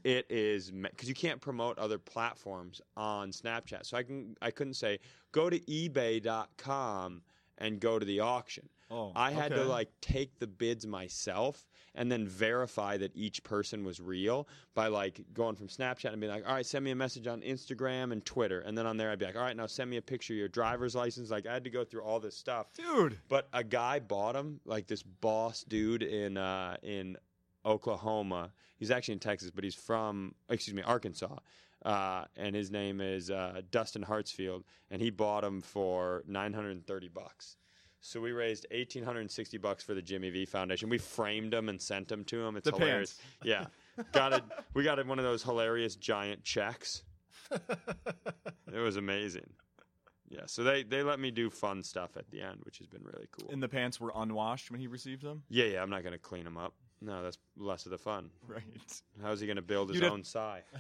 it is because you can't promote other platforms on Snapchat. So I can I couldn't say go to eBay.com and go to the auction.
Oh,
I had to
okay.
like take the bids myself and then verify that each person was real by like going from Snapchat and being like, all right, send me a message on Instagram and Twitter. And then on there, I'd be like, all right, now send me a picture of your driver's license. Like, I had to go through all this stuff.
dude.
But a guy bought him, like this boss dude in uh, in Oklahoma. He's actually in Texas, but he's from excuse me Arkansas, uh, and his name is uh, Dustin Hartsfield, and he bought him for nine hundred and thirty bucks. So we raised eighteen hundred and sixty bucks for the Jimmy V Foundation. We framed him and sent him to him. It's
The
hilarious. Yeah, got it. We got it. One of those hilarious giant checks. It was amazing. Yeah, so they, they let me do fun stuff at the end, which has been really cool.
And the pants were unwashed when he received them. [LAUGHS]
Yeah, yeah, I'm not going to clean him up. No, that's less of the fun.
Right.
How's he going to build his
You'd have-
own sigh?
[LAUGHS]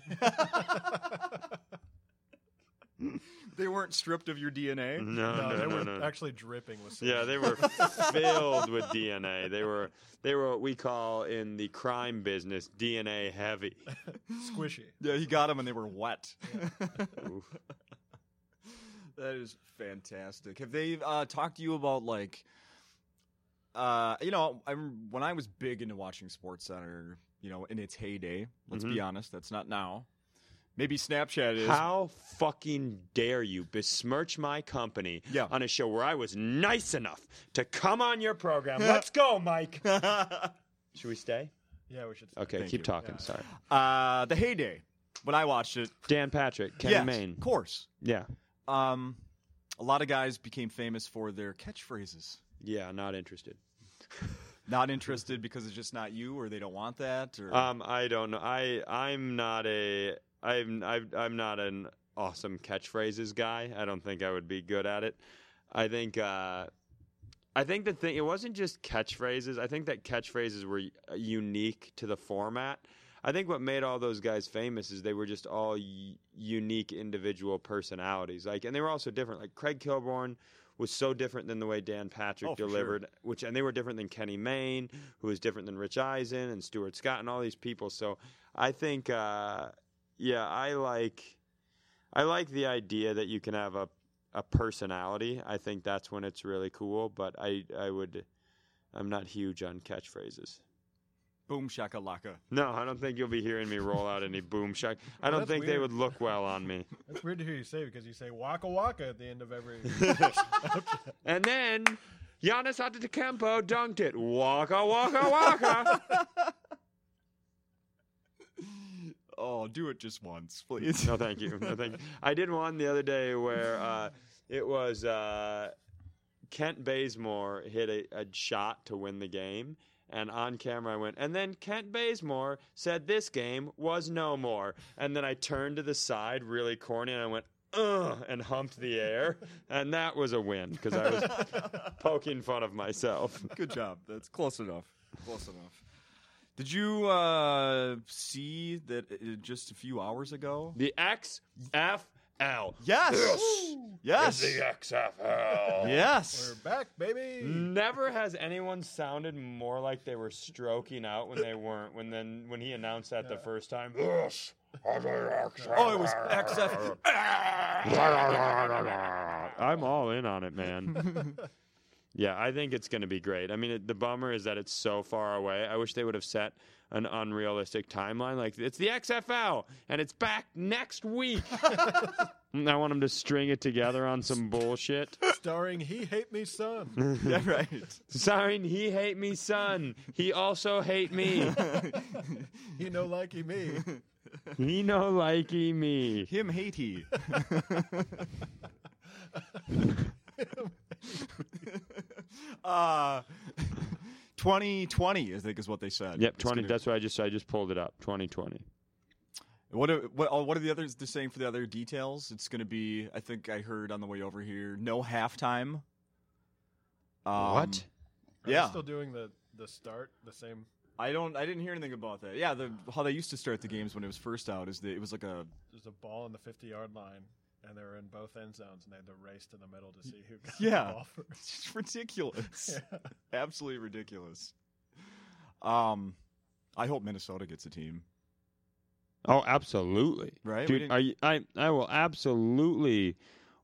They weren't stripped of your DNA.
No,
no,
no,
they
no,
were
no.
actually dripping with. semen.
Yeah, they were filled with DNA. They were they were what we call in the crime business DNA
[LAUGHS]
heavy.
squishy.
Yeah, he got them and they were wet.
Oof.
That is fantastic. Have they uh, talked to you about like, uh, you know, I rem- when I was big into watching Sports Center, you know, in its heyday. Let's be honest, that's not now. Maybe Snapchat is.
How fucking dare you besmirch my company
Yeah.
on a show where I was nice enough to come on your program? Let's go,
[LAUGHS]
Mike. Should we stay?
Yeah, we should.
Okay,
Thank
keep
you.
talking.
Yeah.
Sorry.
uh, the heyday when I watched it.
Dan Patrick, Kenny
yes,
Mayne.
of course.
Yeah.
Um, a lot of guys became famous for their catchphrases.
Yeah, not interested.
Not interested because it's just not you, or they don't want that, or
Um, I don't know. I I'm not a I'm I've, I'm not an awesome catchphrases guy. I don't think I would be good at it. I think uh, I think the thing it wasn't just catchphrases. I think that catchphrases were y- unique to the format. I think what made all those guys famous is they were just all y- unique individual personalities. Like, and they were also different. Like Craig Kilborn was so different than the way Dan Patrick
Oh, for sure.
delivered which and they were different than Kenny Mayne, who was different than Rich Eisen and Stuart Scott and all these people. So I think, uh, yeah, I like, I like the idea that you can have a a personality. I think that's when it's really cool. But I I would, I'm not huge on catchphrases.
boom shakalaka.
No, I don't think you'll be hearing me roll out any boom shock. I don't
That's
think they
weird.
would look well on me.
It's weird to hear you say because you say waka waka at the end
[LAUGHS]
of every.
And then Giannis Antetokounmpo dunked it. Waka waka waka.
Oh, do it just once, please.
No, thank you. No, thank you. I did one the other day where uh, it was uh, Kent Bazemore hit a, a shot to win the game. And on camera, I went, and then Kent Bazemore said this game was no more. And then I turned to the side really corny and I went, ugh, and humped the air. And that was a win because I was poking fun of myself.
[LAUGHS] Good job. That's close enough. Close enough. Did you uh, see that uh, just a few hours ago?
The XFL.
Yes. Yes.
XFL.
Yes.
We're back,
Mm.
baby.
Never has anyone sounded more like they were stroking out when they weren't. When then when he announced that the first time, this
Oh, it was [LAUGHS] XF.
I'm all in on it, man. yeah, I think it's going to be great. I mean, it, the bummer is that it's so far away. I wish they would have set an unrealistic timeline. Like it's the XFL and it's back next week. [LAUGHS] And I want them to string it together on some bullshit.
Starring He Hate
[LAUGHS]
Me Son.
yeah, right.
Sorry, he hate me, son. He also hate me.
He no likey me.
He no likey me.
Him hate [LAUGHS] he. Uh, 2020, I think, is what they said.
Yep,
It's
twenty.
gonna-
That's what I just I just pulled it up. Twenty twenty.
What are, what, oh, what are the others they're saying for the other details? It's going to be, I think I heard on the way over here, no halftime. Um,
What?
Are they
Yeah.
still doing the the start the same.
I don't. I didn't hear anything about that. Yeah, the, how they used to start the games when it was first out is that it was like a [LAUGHS]
There's a ball in the 50 yard line, and they were in both end zones, and they had to race to the middle to see who got
Yeah. Hmm?
the ball
[LAUGHS]
first.
it's just ridiculous,
Yeah.
absolutely ridiculous. Um, I hope Minnesota gets a team.
Oh, absolutely.
Right? We
Dude,
didn't-
are you, I I will absolutely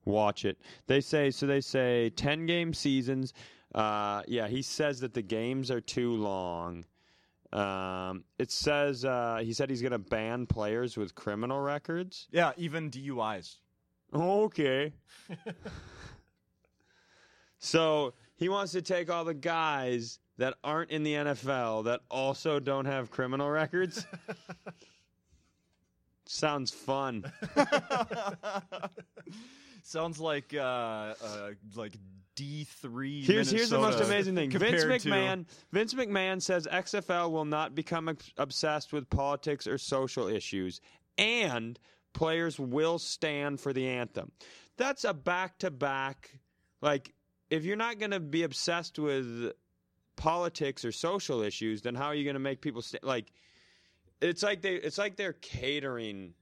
watch it. They say so they say 10 game seasons. Uh yeah, he says that the games are too long. Um it says uh he said he's going to ban players with criminal records.
Yeah, even DUIs.
Okay. [LAUGHS] so, he wants to take all the guys that aren't in the NFL that also don't have criminal records. Sounds fun.
[LAUGHS] Sounds like uh, uh, like D three.
Here's here's the most amazing thing. Vince
compared to-
McMahon Vince McMahon says XFL will not become obs- obsessed with politics or social issues, and players will stand for the anthem. That's a back to back. Like, if you're not going to be obsessed with politics or social issues, then how are you going to make people sta Like, it's like they it's like they're catering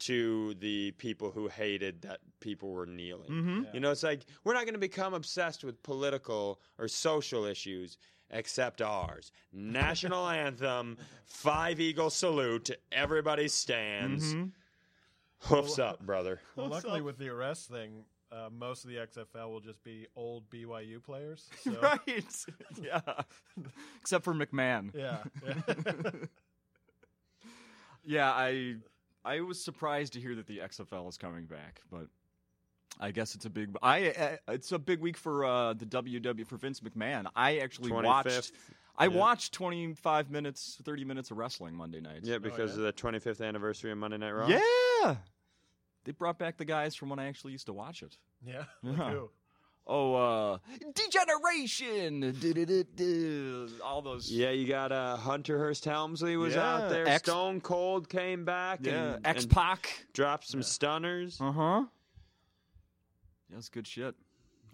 to the people who hated that people were kneeling.
Mhm.
Yeah.
You know, it's like we're not going to become obsessed with political or social issues except ours. National anthem, five eagle salute, everybody stands.
Mhm.
Hoofs up, brother.
Well,
What's
luckily
up?
with the arrest thing, uh, most of the XFL will just be old BYU
[LAUGHS]
players. So,
Right. Yeah. Except for McMahon.
Yeah.
[LAUGHS] Yeah, I I was surprised to hear that the XFL is coming back, but I guess it's a big I I- it's a big week for uh, the WW for Vince McMahon. I actually
25th.
watched I
yeah.
watched 25 minutes 30 minutes of wrestling Monday night.
Yeah, because of the 25th anniversary of Monday Night Raw.
Yeah. They brought back the guys from when I actually used to watch it.
yeah.
Yeah.
Like who?
Oh, uh Degeneration. Du-du-du-du. All those
Yeah, you got uh, Hunter Hurst Helmsley was
Yeah,
out there.
X-
Stone Cold came back
yeah,
and,
X
and
Pac.
dropped some stunners.
Uh huh. That's good shit.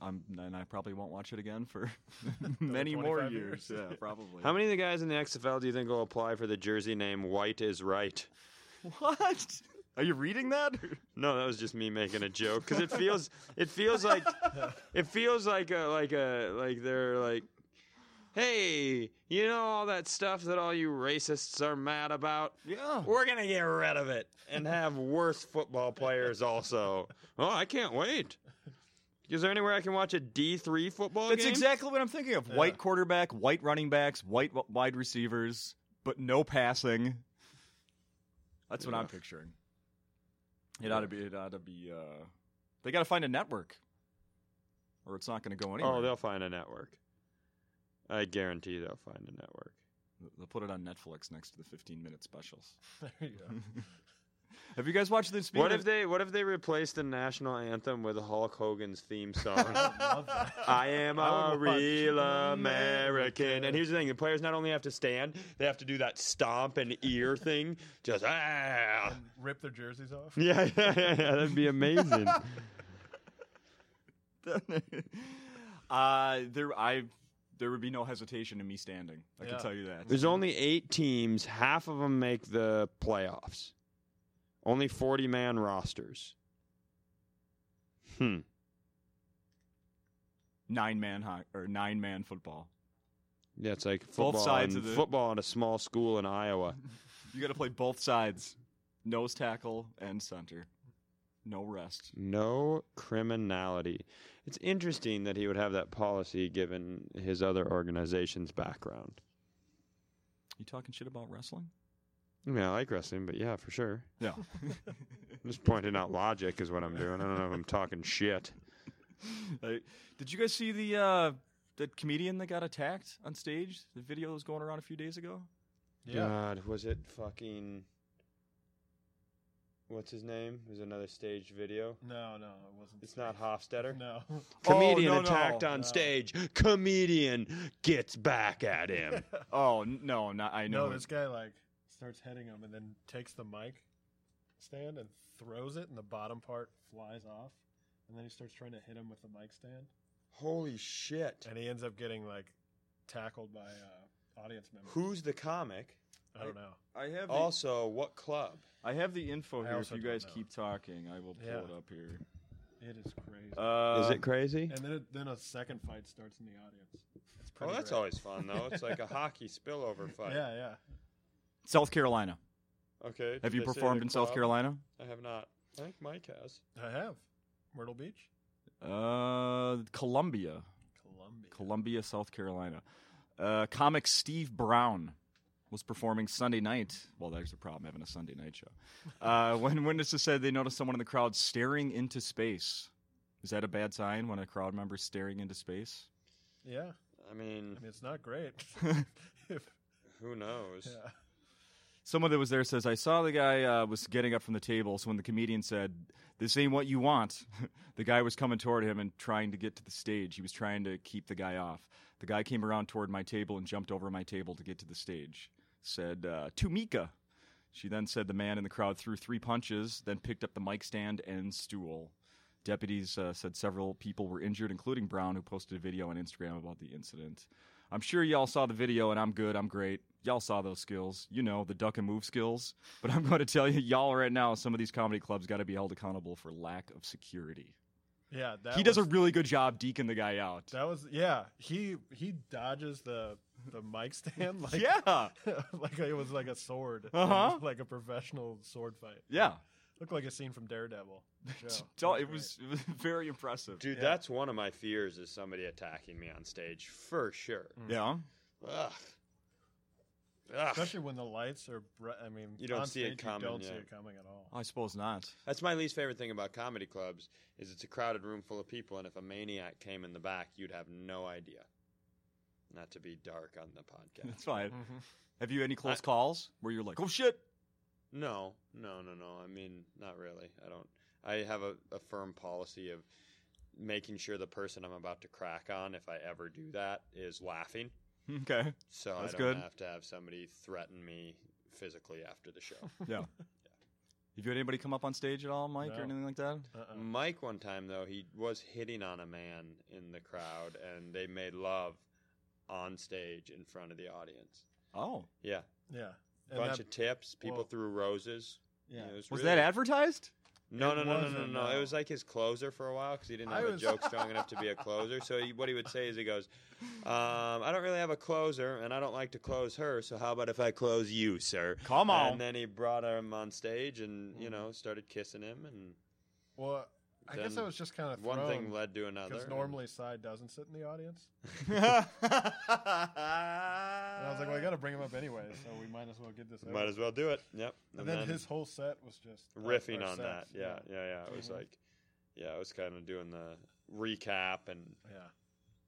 I'm, and I probably won't watch it again for [LAUGHS] many more
25
years.
years.
Yeah, probably.
How many of the guys in the XFL do you think will apply for the jersey name White is Right?
[LAUGHS] What? Are you reading that?
No, that was just me making a joke because it feels it feels like it feels like a like a like they're like, hey, you know all that stuff that all you racists are mad about.
Yeah.
We're gonna get rid of it and have worse football players also. Oh, I can't wait. Is there anywhere I can watch a D three football
That's
game?
exactly what I'm thinking of. White quarterback, white running backs, white w- wide receivers, but no passing. That's what I'm
Yeah.
picturing. It ought to be. It ought to be. Uh, they got to find a network, or it's not going to go anywhere.
oh, they'll find a network. I guarantee they'll find a network.
they'll put it on Netflix next to the 15 minute specials.
[LAUGHS] There you go.
[LAUGHS] Have you guys watched the?
What if they what if they replace the national anthem with Hulk Hogan's theme song?
Love that.
Uh,
I am
I
a
would watch.
real American. And here's the thing: the players not only have to stand, they have to do that stomp and ear thing. Just ah,
Rip their jerseys
[LAUGHS]
off.
yeah, yeah, yeah, yeah, that'd be amazing.
[LAUGHS] uh, there, I, there would be no hesitation in me standing. I
Yeah.
can tell you that.
There's only eight teams; half of them make the playoffs. Only forty-man rosters. Hmm.
Nine man hockey or nine man football.
Yeah, it's like football
sides
and
of the-
football in a small school in Iowa.
You got to play both sides, nose tackle and center. No rest.
No criminality. It's interesting that he would have that policy given his other organization's background.
You talking shit about wrestling?
I mean, I like wrestling, but yeah, for sure.
Yeah. [LAUGHS]
I'm just pointing out logic is what I'm doing. I don't know if I'm talking
[LAUGHS]
shit.
Uh, did you guys see the uh, that comedian that got attacked on stage? The video was going around a few days ago.
Yeah.
God, was it fucking. what's his name? It was another staged video.
No, no, it wasn't.
It's not Hofstetter.
No.
Comedian
Oh, no, no,
attacked on
no.
stage. Comedian gets back at
[LAUGHS]
him.
[LAUGHS] Oh n- no, not I know.
no,
it.
this guy like starts hitting him and then takes the mic stand and throws it, and the bottom part flies off. And then he starts trying to hit him with the mic stand,
Holy shit.
and he ends up getting like tackled by uh, audience member.
Who's the comic?
I don't know.
I have the,
Also, what club?
I have the info
I
here. If
also
you
don't
guys
know.
keep talking, I will pull
Yeah.
it up here.
It is crazy.
Uh,
Is it crazy?
and then it, then a second fight starts in the audience. It's
Oh,
pretty.
that's
great.
always fun though. It's
[LAUGHS]
like a hockey spillover fight.
Yeah, yeah.
South Carolina?
Okay.
Have
did
you
they say
performed
the
in South
club?
Carolina?
I have not. I think Mike has.
I have Myrtle Beach,
Uh, Columbia,
Columbia.
Columbia, South Carolina. Uh, comic Steve Brown was performing Sunday night. Well, there's the problem having a Sunday night show. Uh, [LAUGHS] when witnesses said they noticed someone in the crowd staring into space. Is that a bad sign when a crowd member's staring into space?
yeah,
I mean,
I mean it's
[LAUGHS]
not great. [LAUGHS] If-
who knows?
yeah.
Someone that was there says, I saw the guy uh, was getting up from the table. So when the comedian said, This ain't what you want, [LAUGHS] the guy was coming toward him and trying to get to the stage. He was trying to keep the guy off. The guy came around toward my table and jumped over my table to get to the stage. Said, uh, To Mika. She then said the man in the crowd threw three punches, then picked up the mic stand and stool. Deputies uh, said several people were injured, including Brown, who posted a video on Instagram about the incident. I'm sure y'all saw the video, and I'm good. I'm great. Y'all saw those skills. You know, the duck and move skills. But I'm going to tell you, y'all right now, some of these comedy clubs got to be held accountable for lack of security.
Yeah, that
he does a
was-
really good job deacon the guy out.
That was yeah. He he dodges the the mic stand [LAUGHS] like
[LAUGHS] yeah.
like it was like a sword,
Uh-huh.
like a professional sword fight.
Yeah.
looked like a scene from
[LAUGHS]
Daredevil. Yeah,
it,
great.
was, it was [LAUGHS] very impressive.
Dude,
Yeah.
that's one of my fears is somebody attacking me on stage for sure.
Mm.
Yeah.
Ugh. Ugh.
especially when the lights are. Br- I mean,
You don't
on
see it
stage, You
coming,
don't see
yeah.
it coming at all.
Oh, I suppose not.
That's my least favorite thing about comedy clubs is it's a crowded room full of people, and if a maniac came in the back, you'd have no idea. Not to be dark on the podcast.
That's
Mm-hmm.
fine. Have you any close calls where you're like, oh shit? [LAUGHS]
No, no, no, no. I mean, not really. I don't. I have a, a firm policy of making sure the person I'm about to crack on, if I ever do that, is laughing.
Okay.
So
That's
I don't
good.
have to have somebody threaten me physically after the show. [LAUGHS]
Yeah. Have you had anybody come up on stage at all, Mike, or
No.
anything like that?
Uh-uh.
Mike one time though he was hitting on a man in the crowd and they made love on stage in front of the audience.
Oh.
Yeah,
Yeah, and
bunch
that-
of tips. People
well-
threw roses.
yeah.
It was
Was
really-
that advertised?
No,
It
no, no, no, no,
wasn't,
no. It
no.
was like his closer for a while because he didn't
I
have a
was-
joke strong enough to be
[LAUGHS]
a closer. So he, what he would say is he goes, um, "I don't really have a closer, and I don't like to close her. So how about if I close you, sir?"
Come [LAUGHS]
And
[LAUGHS]
then he brought him on stage, and you know, started kissing him, and
Well, I guess I
Then
was just kind of
one thing led to another.
because
and-
normally Side doesn't sit in the audience. And I was like, well, I got to bring him up anyway, so we might as well get this.
Might
over.
as well do it. Yep.
And then, his whole set was just or-
riffing
or
on that.
sets,
Yeah, yeah, yeah. It was
Mhm.
like, yeah, I was kind of doing the recap and
yeah.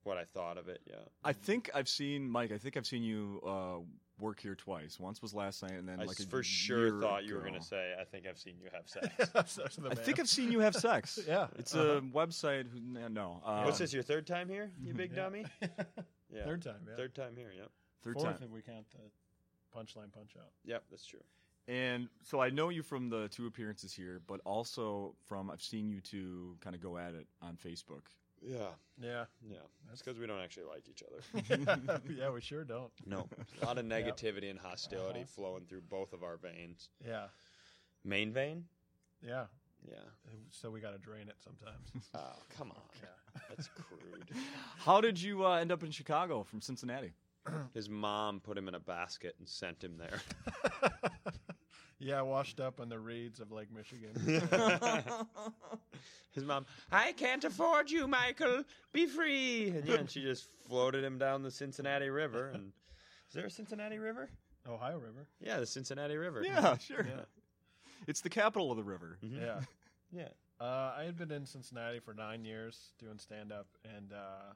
what I thought of it. Yeah.
I think I've seen Mike. I think I've seen you uh, work here twice. Once was last night, and then
I
like a
for sure
year
thought you were
ago.
going to say, I think I've seen you
[LAUGHS]
have sex.
Such the
I
man.
think I've seen you have sex.
[LAUGHS] Yeah.
it's um,
Uh-huh.
a website. Who, no, no, uh,
What's this, your third time here, you big
Yeah.
dummy? Yeah.
Third time, yeah.
Third time here. Yep.
Third
Fourth
time.
if we count the punchline punch out.
Yep, that's true.
And so I know you from the two appearances here, but also from I've seen you two kind of go at it on
[LAUGHS]
Facebook.
Yeah.
Yeah.
Yeah. That's because we don't actually like each other.
[LAUGHS] yeah, [LAUGHS] we sure don't.
No. [LAUGHS] A lot of negativity and hostility flowing through both of our veins.
Yeah.
Main vein?
Yeah.
Yeah.
So we got to drain it sometimes. [LAUGHS]
Oh, come on.
Yeah.
That's crude.
[LAUGHS] How did you uh, end up in Chicago from
[LAUGHS]
Cincinnati?
His mom put him in a basket and sent him there. [LAUGHS]
[LAUGHS] yeah, washed up on the reeds of Lake
[LAUGHS]
Michigan.
His mom, I can't afford you, Michael. Be free. And, yeah, and she just floated him down the Cincinnati River. And is there a Cincinnati River?
Ohio River.
Yeah, the Cincinnati River. Mm-hmm.
Yeah, sure.
Yeah.
It's the capital of the river.
Yeah.
yeah.
Uh, I had been in Cincinnati for nine years doing stand up, and uh,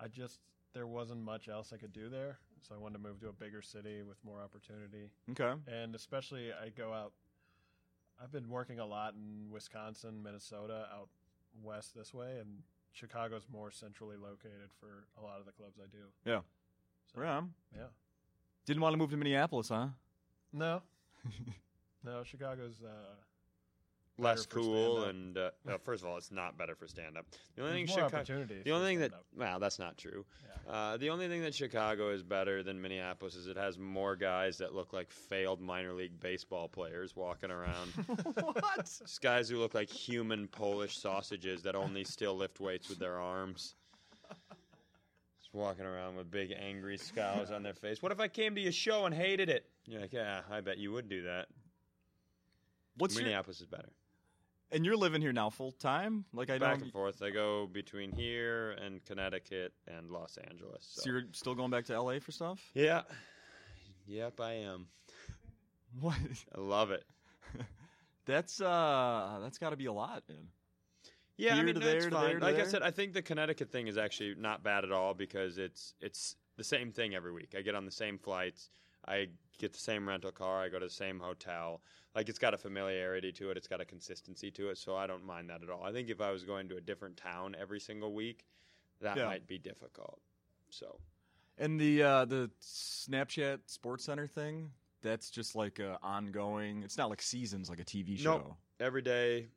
I just, there wasn't much else I could do there. So I wanted to
Mm-hmm.
move to a bigger city with more opportunity.
Okay.
and especially I go out. I've been working a lot in Wisconsin, Minnesota, out west this way, and Chicago's more centrally located for a lot of the clubs I do.
Yeah.
So,
Right on.
Yeah.
Didn't want to move to Minneapolis, huh?
[LAUGHS]
No. no, Chicago's. Uh,
Less
for
cool,
stand-up.
and uh,
[LAUGHS]
well, first of all, it's not better for stand up. The only thing
there's more
Chicago.
opportunities.
The
for
only thing that
stand-up.
well, that's not true.
Yeah.
Uh, the only thing that Chicago is better than Minneapolis is it has more guys that look like failed minor league baseball players walking
[LAUGHS]
around.
what?
It's guys who look like human Polish sausages that only still lift weights with their arms. Just walking around with big angry scowls on their face. What if I came to your show and hated it? You're like, yeah, I bet you would do that.
What's your,
Minneapolis is better.
and you're living here now full time? Like I
back
know
and forth. I go between here and Connecticut and Los Angeles.
So.
So.
you're still going back to LA for stuff?
yeah. Yep, I am.
What?
I love it.
[LAUGHS] That's uh that's got to be a lot, man.
Yeah, I
Here
mean,
to
no, it's
there to
fine.
there to
like
there.
I said, I think the Connecticut thing is actually not bad at all because it's it's the same thing every week. I get on the same flights, I get the same rental car, I go to the same hotel. Like it's got a familiarity to it, it's got a consistency to it, so I don't mind that at all. I think if I was going to a different town every single week, that
Yeah.
might be difficult. So
And the uh the Snapchat Sports Center thing, that's just like uh, ongoing. It's not like seasons like a TV show.
Nope. every day,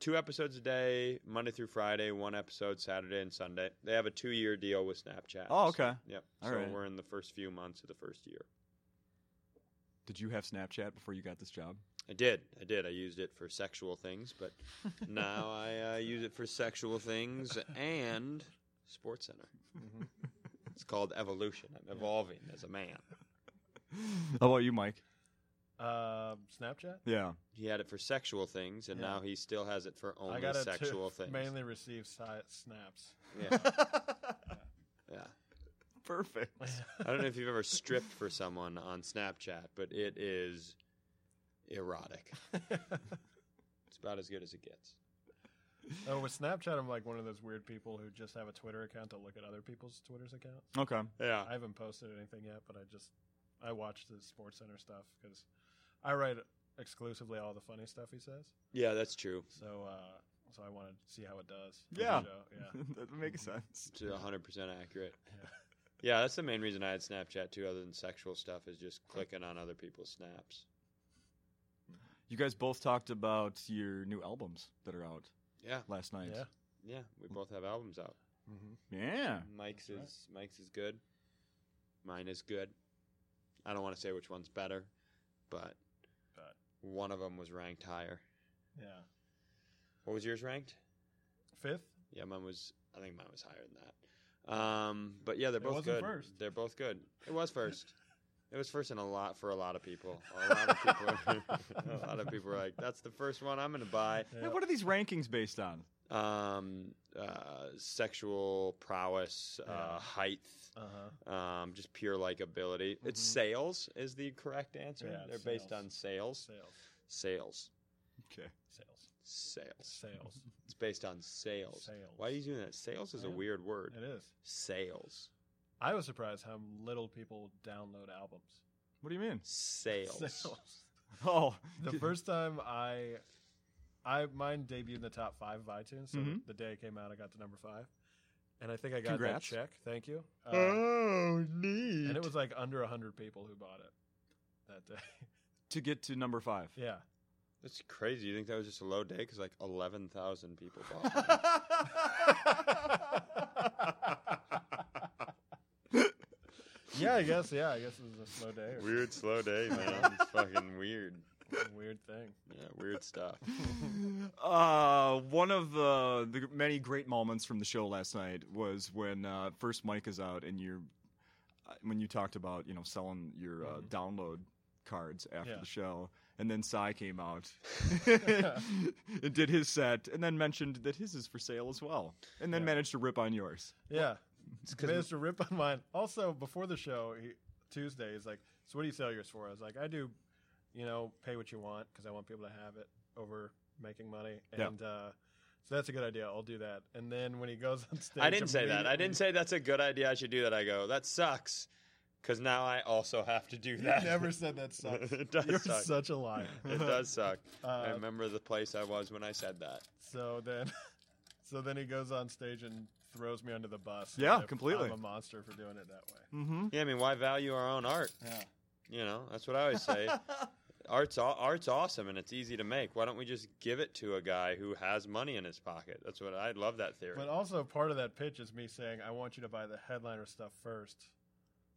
two episodes a day, Monday through Friday, one episode Saturday and Sunday. They have a two-year deal with Snapchat.
Oh,
so-
okay.
yep.
All
so
right.
we're in the first few months of the first year.
Did you have Snapchat before you got this [LAUGHS] job?
I did. I did. I used it for sexual things,
[LAUGHS]
but now I uh, use it for sexual things and Sports Center.
Mm-hmm.
It's called evolution. I'm evolving as a man.
How about you, Mike?
[LAUGHS]
Uh, Snapchat.
Yeah.
He had it for sexual things, and
Yeah.
now he still has it for
I
only
got it
sexual
to
things.
[LAUGHS] mainly receive si- snaps. [LAUGHS]
Yeah, [LAUGHS] yeah.
Perfect.
I don't know if you've ever stripped for someone on Snapchat, but it is erotic. [LAUGHS] It's about as good as it gets.
oh, with Snapchat, I'm like one of those weird people who just have a Twitter account to look at other people's Twitter's accounts.
Okay.
Yeah.
I haven't posted anything yet, but I just I watched the Sports Center stuff because I write exclusively all the funny stuff he says.
Yeah, that's true.
So uh, so I want to see how it does. for the
Yeah.
show,
[LAUGHS]
yeah.
[LAUGHS] that makes sense.
to 100% accurate. Yeah. that's the main reason I had Snapchat too, other than sexual stuff, is just clicking on other people's snaps.
You guys both talked about your new albums that are out
Yeah,
last night.
Yeah.
yeah, we both have albums out.
hmm
Yeah.
Mike's
That's right.
is Mike's is good. Mine is good. I don't want to say which one's better, but
But
one of them was ranked higher.
yeah,
What was yours ranked?
fifth.
Yeah, mine was. I think mine was higher than that. Um, but yeah, they're
It
both
wasn't
good.
first.
They're both good. It was first. it was first in a lot for a lot of people. A lot of people. [LAUGHS] a lot of people were like, "That's the first one I'm going to buy."
Hey, what are these rankings based on?
Um, uh, sexual prowess,
Yeah.
uh, height,
Uh huh.
um, just pure likability. It's
Mhm.
sales is the correct answer.
Yeah,
they're
it's
based
sales.
on sales.
Sales,
Sales.
Okay.
sales,
Sales.
sales.
It's based on sales.
Sales.
Why are you doing that? Sales is a
Yeah.
weird word.
It is.
Sales.
I was surprised how little people download albums.
What do you mean?
sales.
[LAUGHS] Sales.
[LAUGHS] Oh, [LAUGHS]
The first time I, I mine debuted in the top five of iTunes. So
Mhm.
the day it came out, I got to number five, and I think I got
Congrats.
that check. Thank you. Uh,
oh, neat.
and it was like under hundred people who bought it that day. [LAUGHS]
to get to number five.
[LAUGHS]
yeah,
That's crazy. You think that was just a low day? Because like eleven thousand people bought. it.
[LAUGHS] yeah. I guess. Yeah, I guess it was a slow day. Or
weird slow day, man. it's fucking weird.
some weird thing.
Yeah, weird stuff.
[LAUGHS] Uh, one of the, the many great moments from the show last night was when uh, first Mike is out and you're uh, when you talked about you know selling your uh,
Mhm.
download cards after
Yeah.
the show, and then Cy came out [LAUGHS] and did his set, and then mentioned that his is for sale as well, and then
Yeah.
managed to rip on yours.
Yeah.
It's 'cause-
Managed to rip on mine. Also, before the show he, Tuesday, he's like, "So what do you sell yours for?" I was like, "I do, you know, pay what you want because I want people to have it over making money."
Yeah.
And uh, so that's a good idea. I'll do that. And then when he goes on [LAUGHS] stage,
I didn't say that. I
[LAUGHS] immediately-
didn't say that's a good idea. I should do that. I go. That sucks. because now I also have to do
You
that. [LAUGHS]
never said that sucks.
it does
You're
suck.
such a liar.
it does suck. [LAUGHS] I
[LAUGHS] Uh,
remember the place I was when I said that.
So then, [LAUGHS] so then he goes on stage and throws me under the bus.
Yeah,
as if
completely.
I'm a monster for doing it that way.
Mm-hmm.
Yeah, I mean, why value our own art?
[LAUGHS] Yeah.
You know, that's what I always say. art's aw- art's awesome and it's easy to make. Why don't we just give it to a guy who has money in his pocket? That's what I love that theory.
But also part of that pitch is me saying I want you to buy the headliner stuff first.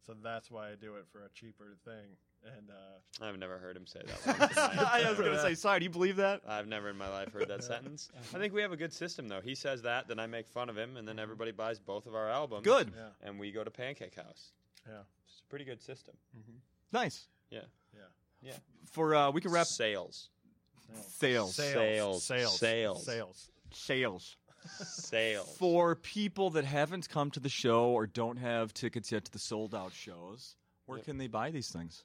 So that's why I do it for a cheaper thing.
[LAUGHS]
And uh,
I've never heard him say that. Once in my
[LAUGHS] I was
entire
gonna say, Uh-huh. sorry, do you believe [LAUGHS] that?
I've never in my life heard
[LAUGHS]
that sentence. I think we have a good system though. He says that, then I make fun of him, and then everybody buys both of our albums.
Uh-huh. Good,
yeah,
And we go to Pancake House.
yeah,
It's a pretty good system.
nice.
Mm-hmm. yeah.
For uh, we can wrap [LAUGHS]
sales.
sales,
Sales.
sales,
Sales.
sales.
sales.
Sales.
For people that haven't come to the show or don't have tickets yet to the sold out shows, where
Yep.
can they buy these things?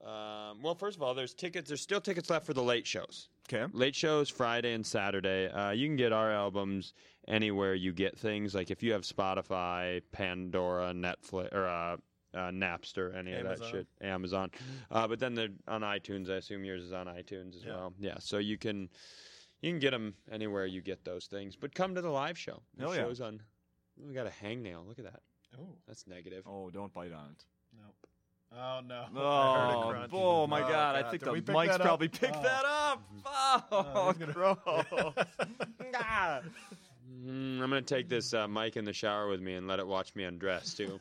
Um, well, first of all, there's tickets. There's still tickets left for the late shows.
Okay.
Late shows Friday and Saturday. Uh, you can get our albums anywhere you get things. Like if you have Spotify, Pandora, Netflix, or uh, uh, Napster, any of that
Amazon.
shit, Amazon. Uh, but then they're on iTunes. I assume yours is on iTunes as
Yeah.
well. Yeah. So you can you can get them anywhere you get those things. But come to the live show. The
Hell yeah.
show's on. oh, We got a hangnail. Look at that.
Oh
That's negative.
Oh, don't bite on it.
no. Oh no! [LAUGHS] I heard a
Oh,
crunch.
oh my
Oh,
God! I
God.
think
Did
the
we pick
mics
that up?
probably picked
Oh. Uh,
that up. Oh,
[LAUGHS] Oh,
[LAUGHS]
he's
gross. [LAUGHS] Ah.
Mm, I'm gonna take this uh, mic in the shower with me and let it watch me undress too.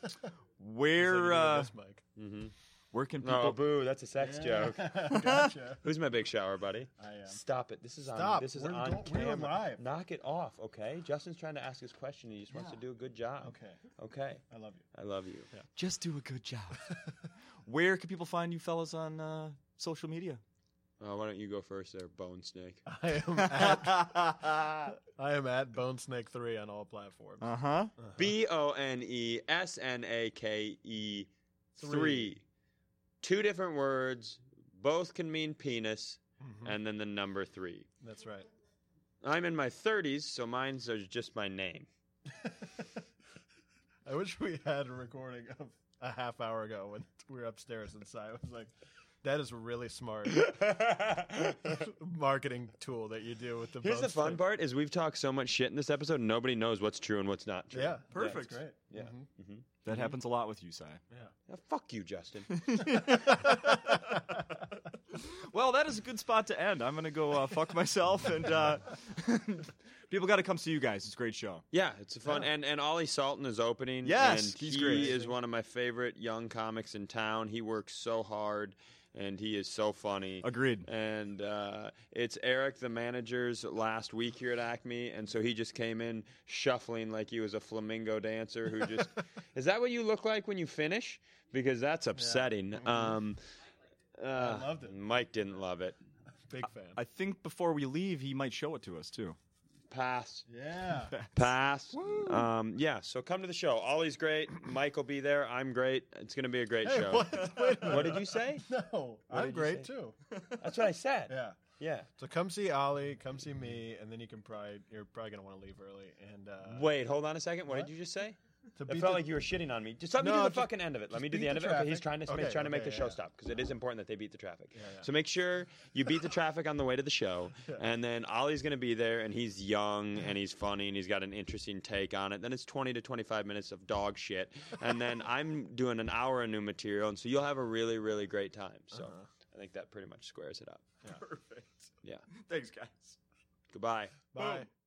Where uh, [LAUGHS]
hmm
where can people?
No, boo! That's a sex joke.
[LAUGHS] gotcha.
Who's my big shower buddy?
I am.
Stop it! This is on.
Stop.
This is
We're
on
go- we're
camera.
live.
Knock it off, okay? Justin's trying to ask his question. and He just wants to do a good job.
Okay,
Okay.
[LAUGHS]
I love you.
I love you.
Just do a good job.
[LAUGHS]
where can people find you fellas on uh, social
[LAUGHS]
media? [LAUGHS] Uh-huh.
Uh, why don't you go first, there, Bone Snake?
I am at, I am at Bone Snake Three on all platforms. Uh-huh.
Uh huh.
B O N E S N A K E three.
Three.
Two different words. Both can mean penis,
Mhm.
and then the number three.
That's right. [LAUGHS]
I'm in my 30s, so mine's are just my name.
I wish we had a recording of a half hour ago when we were upstairs and Si was like, "That is a
[LAUGHS]
really smart marketing tool that you do with the."
Here's the
Bone
fun
Snake."
part: is we've talked so much shit in this episode, nobody knows what's true and what's not true.
Yeah, that's
Perfect.
great.
Yeah.
Mhm.
That happens a lot with you, Si.
Now, fuck you, Justin.
Mm-hmm.
[LAUGHS]
Well, that is a good spot to end. I'm gonna go uh, fuck myself, and uh, [LAUGHS] people got to come see you guys. It's a great show.
yeah, it's a fun and and Ollie Salton is opening.
Yes,
and
he's
he
great.
is one of my favorite young comics in town. He works so hard, and he is so funny.
Agreed.
and uh, it's Eric, the manager's last week here at Acme, and so he just came in shuffling like he was a flamingo dancer who just is that what you look like when you finish? Because that's upsetting. Um, uh,
loved it.
Mike didn't love it.
[LAUGHS] Big fan.
I think before we leave, he might show it to us too.
Pass. [LAUGHS]
yeah.
[LAUGHS]
Pass. Um, yeah, so come to the show. Ollie's great. [CLEARS THROAT] Mike will be there. I'm great. It's going to be a great
Hey,
show.
what? Wait a
What
minute.
did you say?
[LAUGHS] No,
did
I'm
you
great
say? [LAUGHS]
too.
That's what I said.
[LAUGHS] Yeah.
yeah.
So come see Ollie, come see me, and then you can probably you're probably gonna want to leave early. And uh,
Wait, hold on a second. What,
What?
did you just say?
to
It
beat
felt
the-
like you were shitting on me. Just let me
No,
do the
just-
fucking end of it. Let
just
me do
beat
the end
the
of it. Okay, he's
traffic.
trying to
Okay,
trying to make
okay,
the
yeah,
show
yeah.
stop because it is important that they beat the traffic.
yeah.
So make sure you beat the traffic on the way to the
[LAUGHS]
show, and then Ollie's going to be there, and he's young and he's funny and he's got an interesting take on it. Then it's twenty to twenty five minutes of dog shit, and
[LAUGHS]
then I'm doing an hour of new material, and so you'll have a really really great time. So
Uh-huh.
I think that pretty much squares it up.
Perfect.
Yeah.
Thanks, guys.
Goodbye.
Bye.
Boom.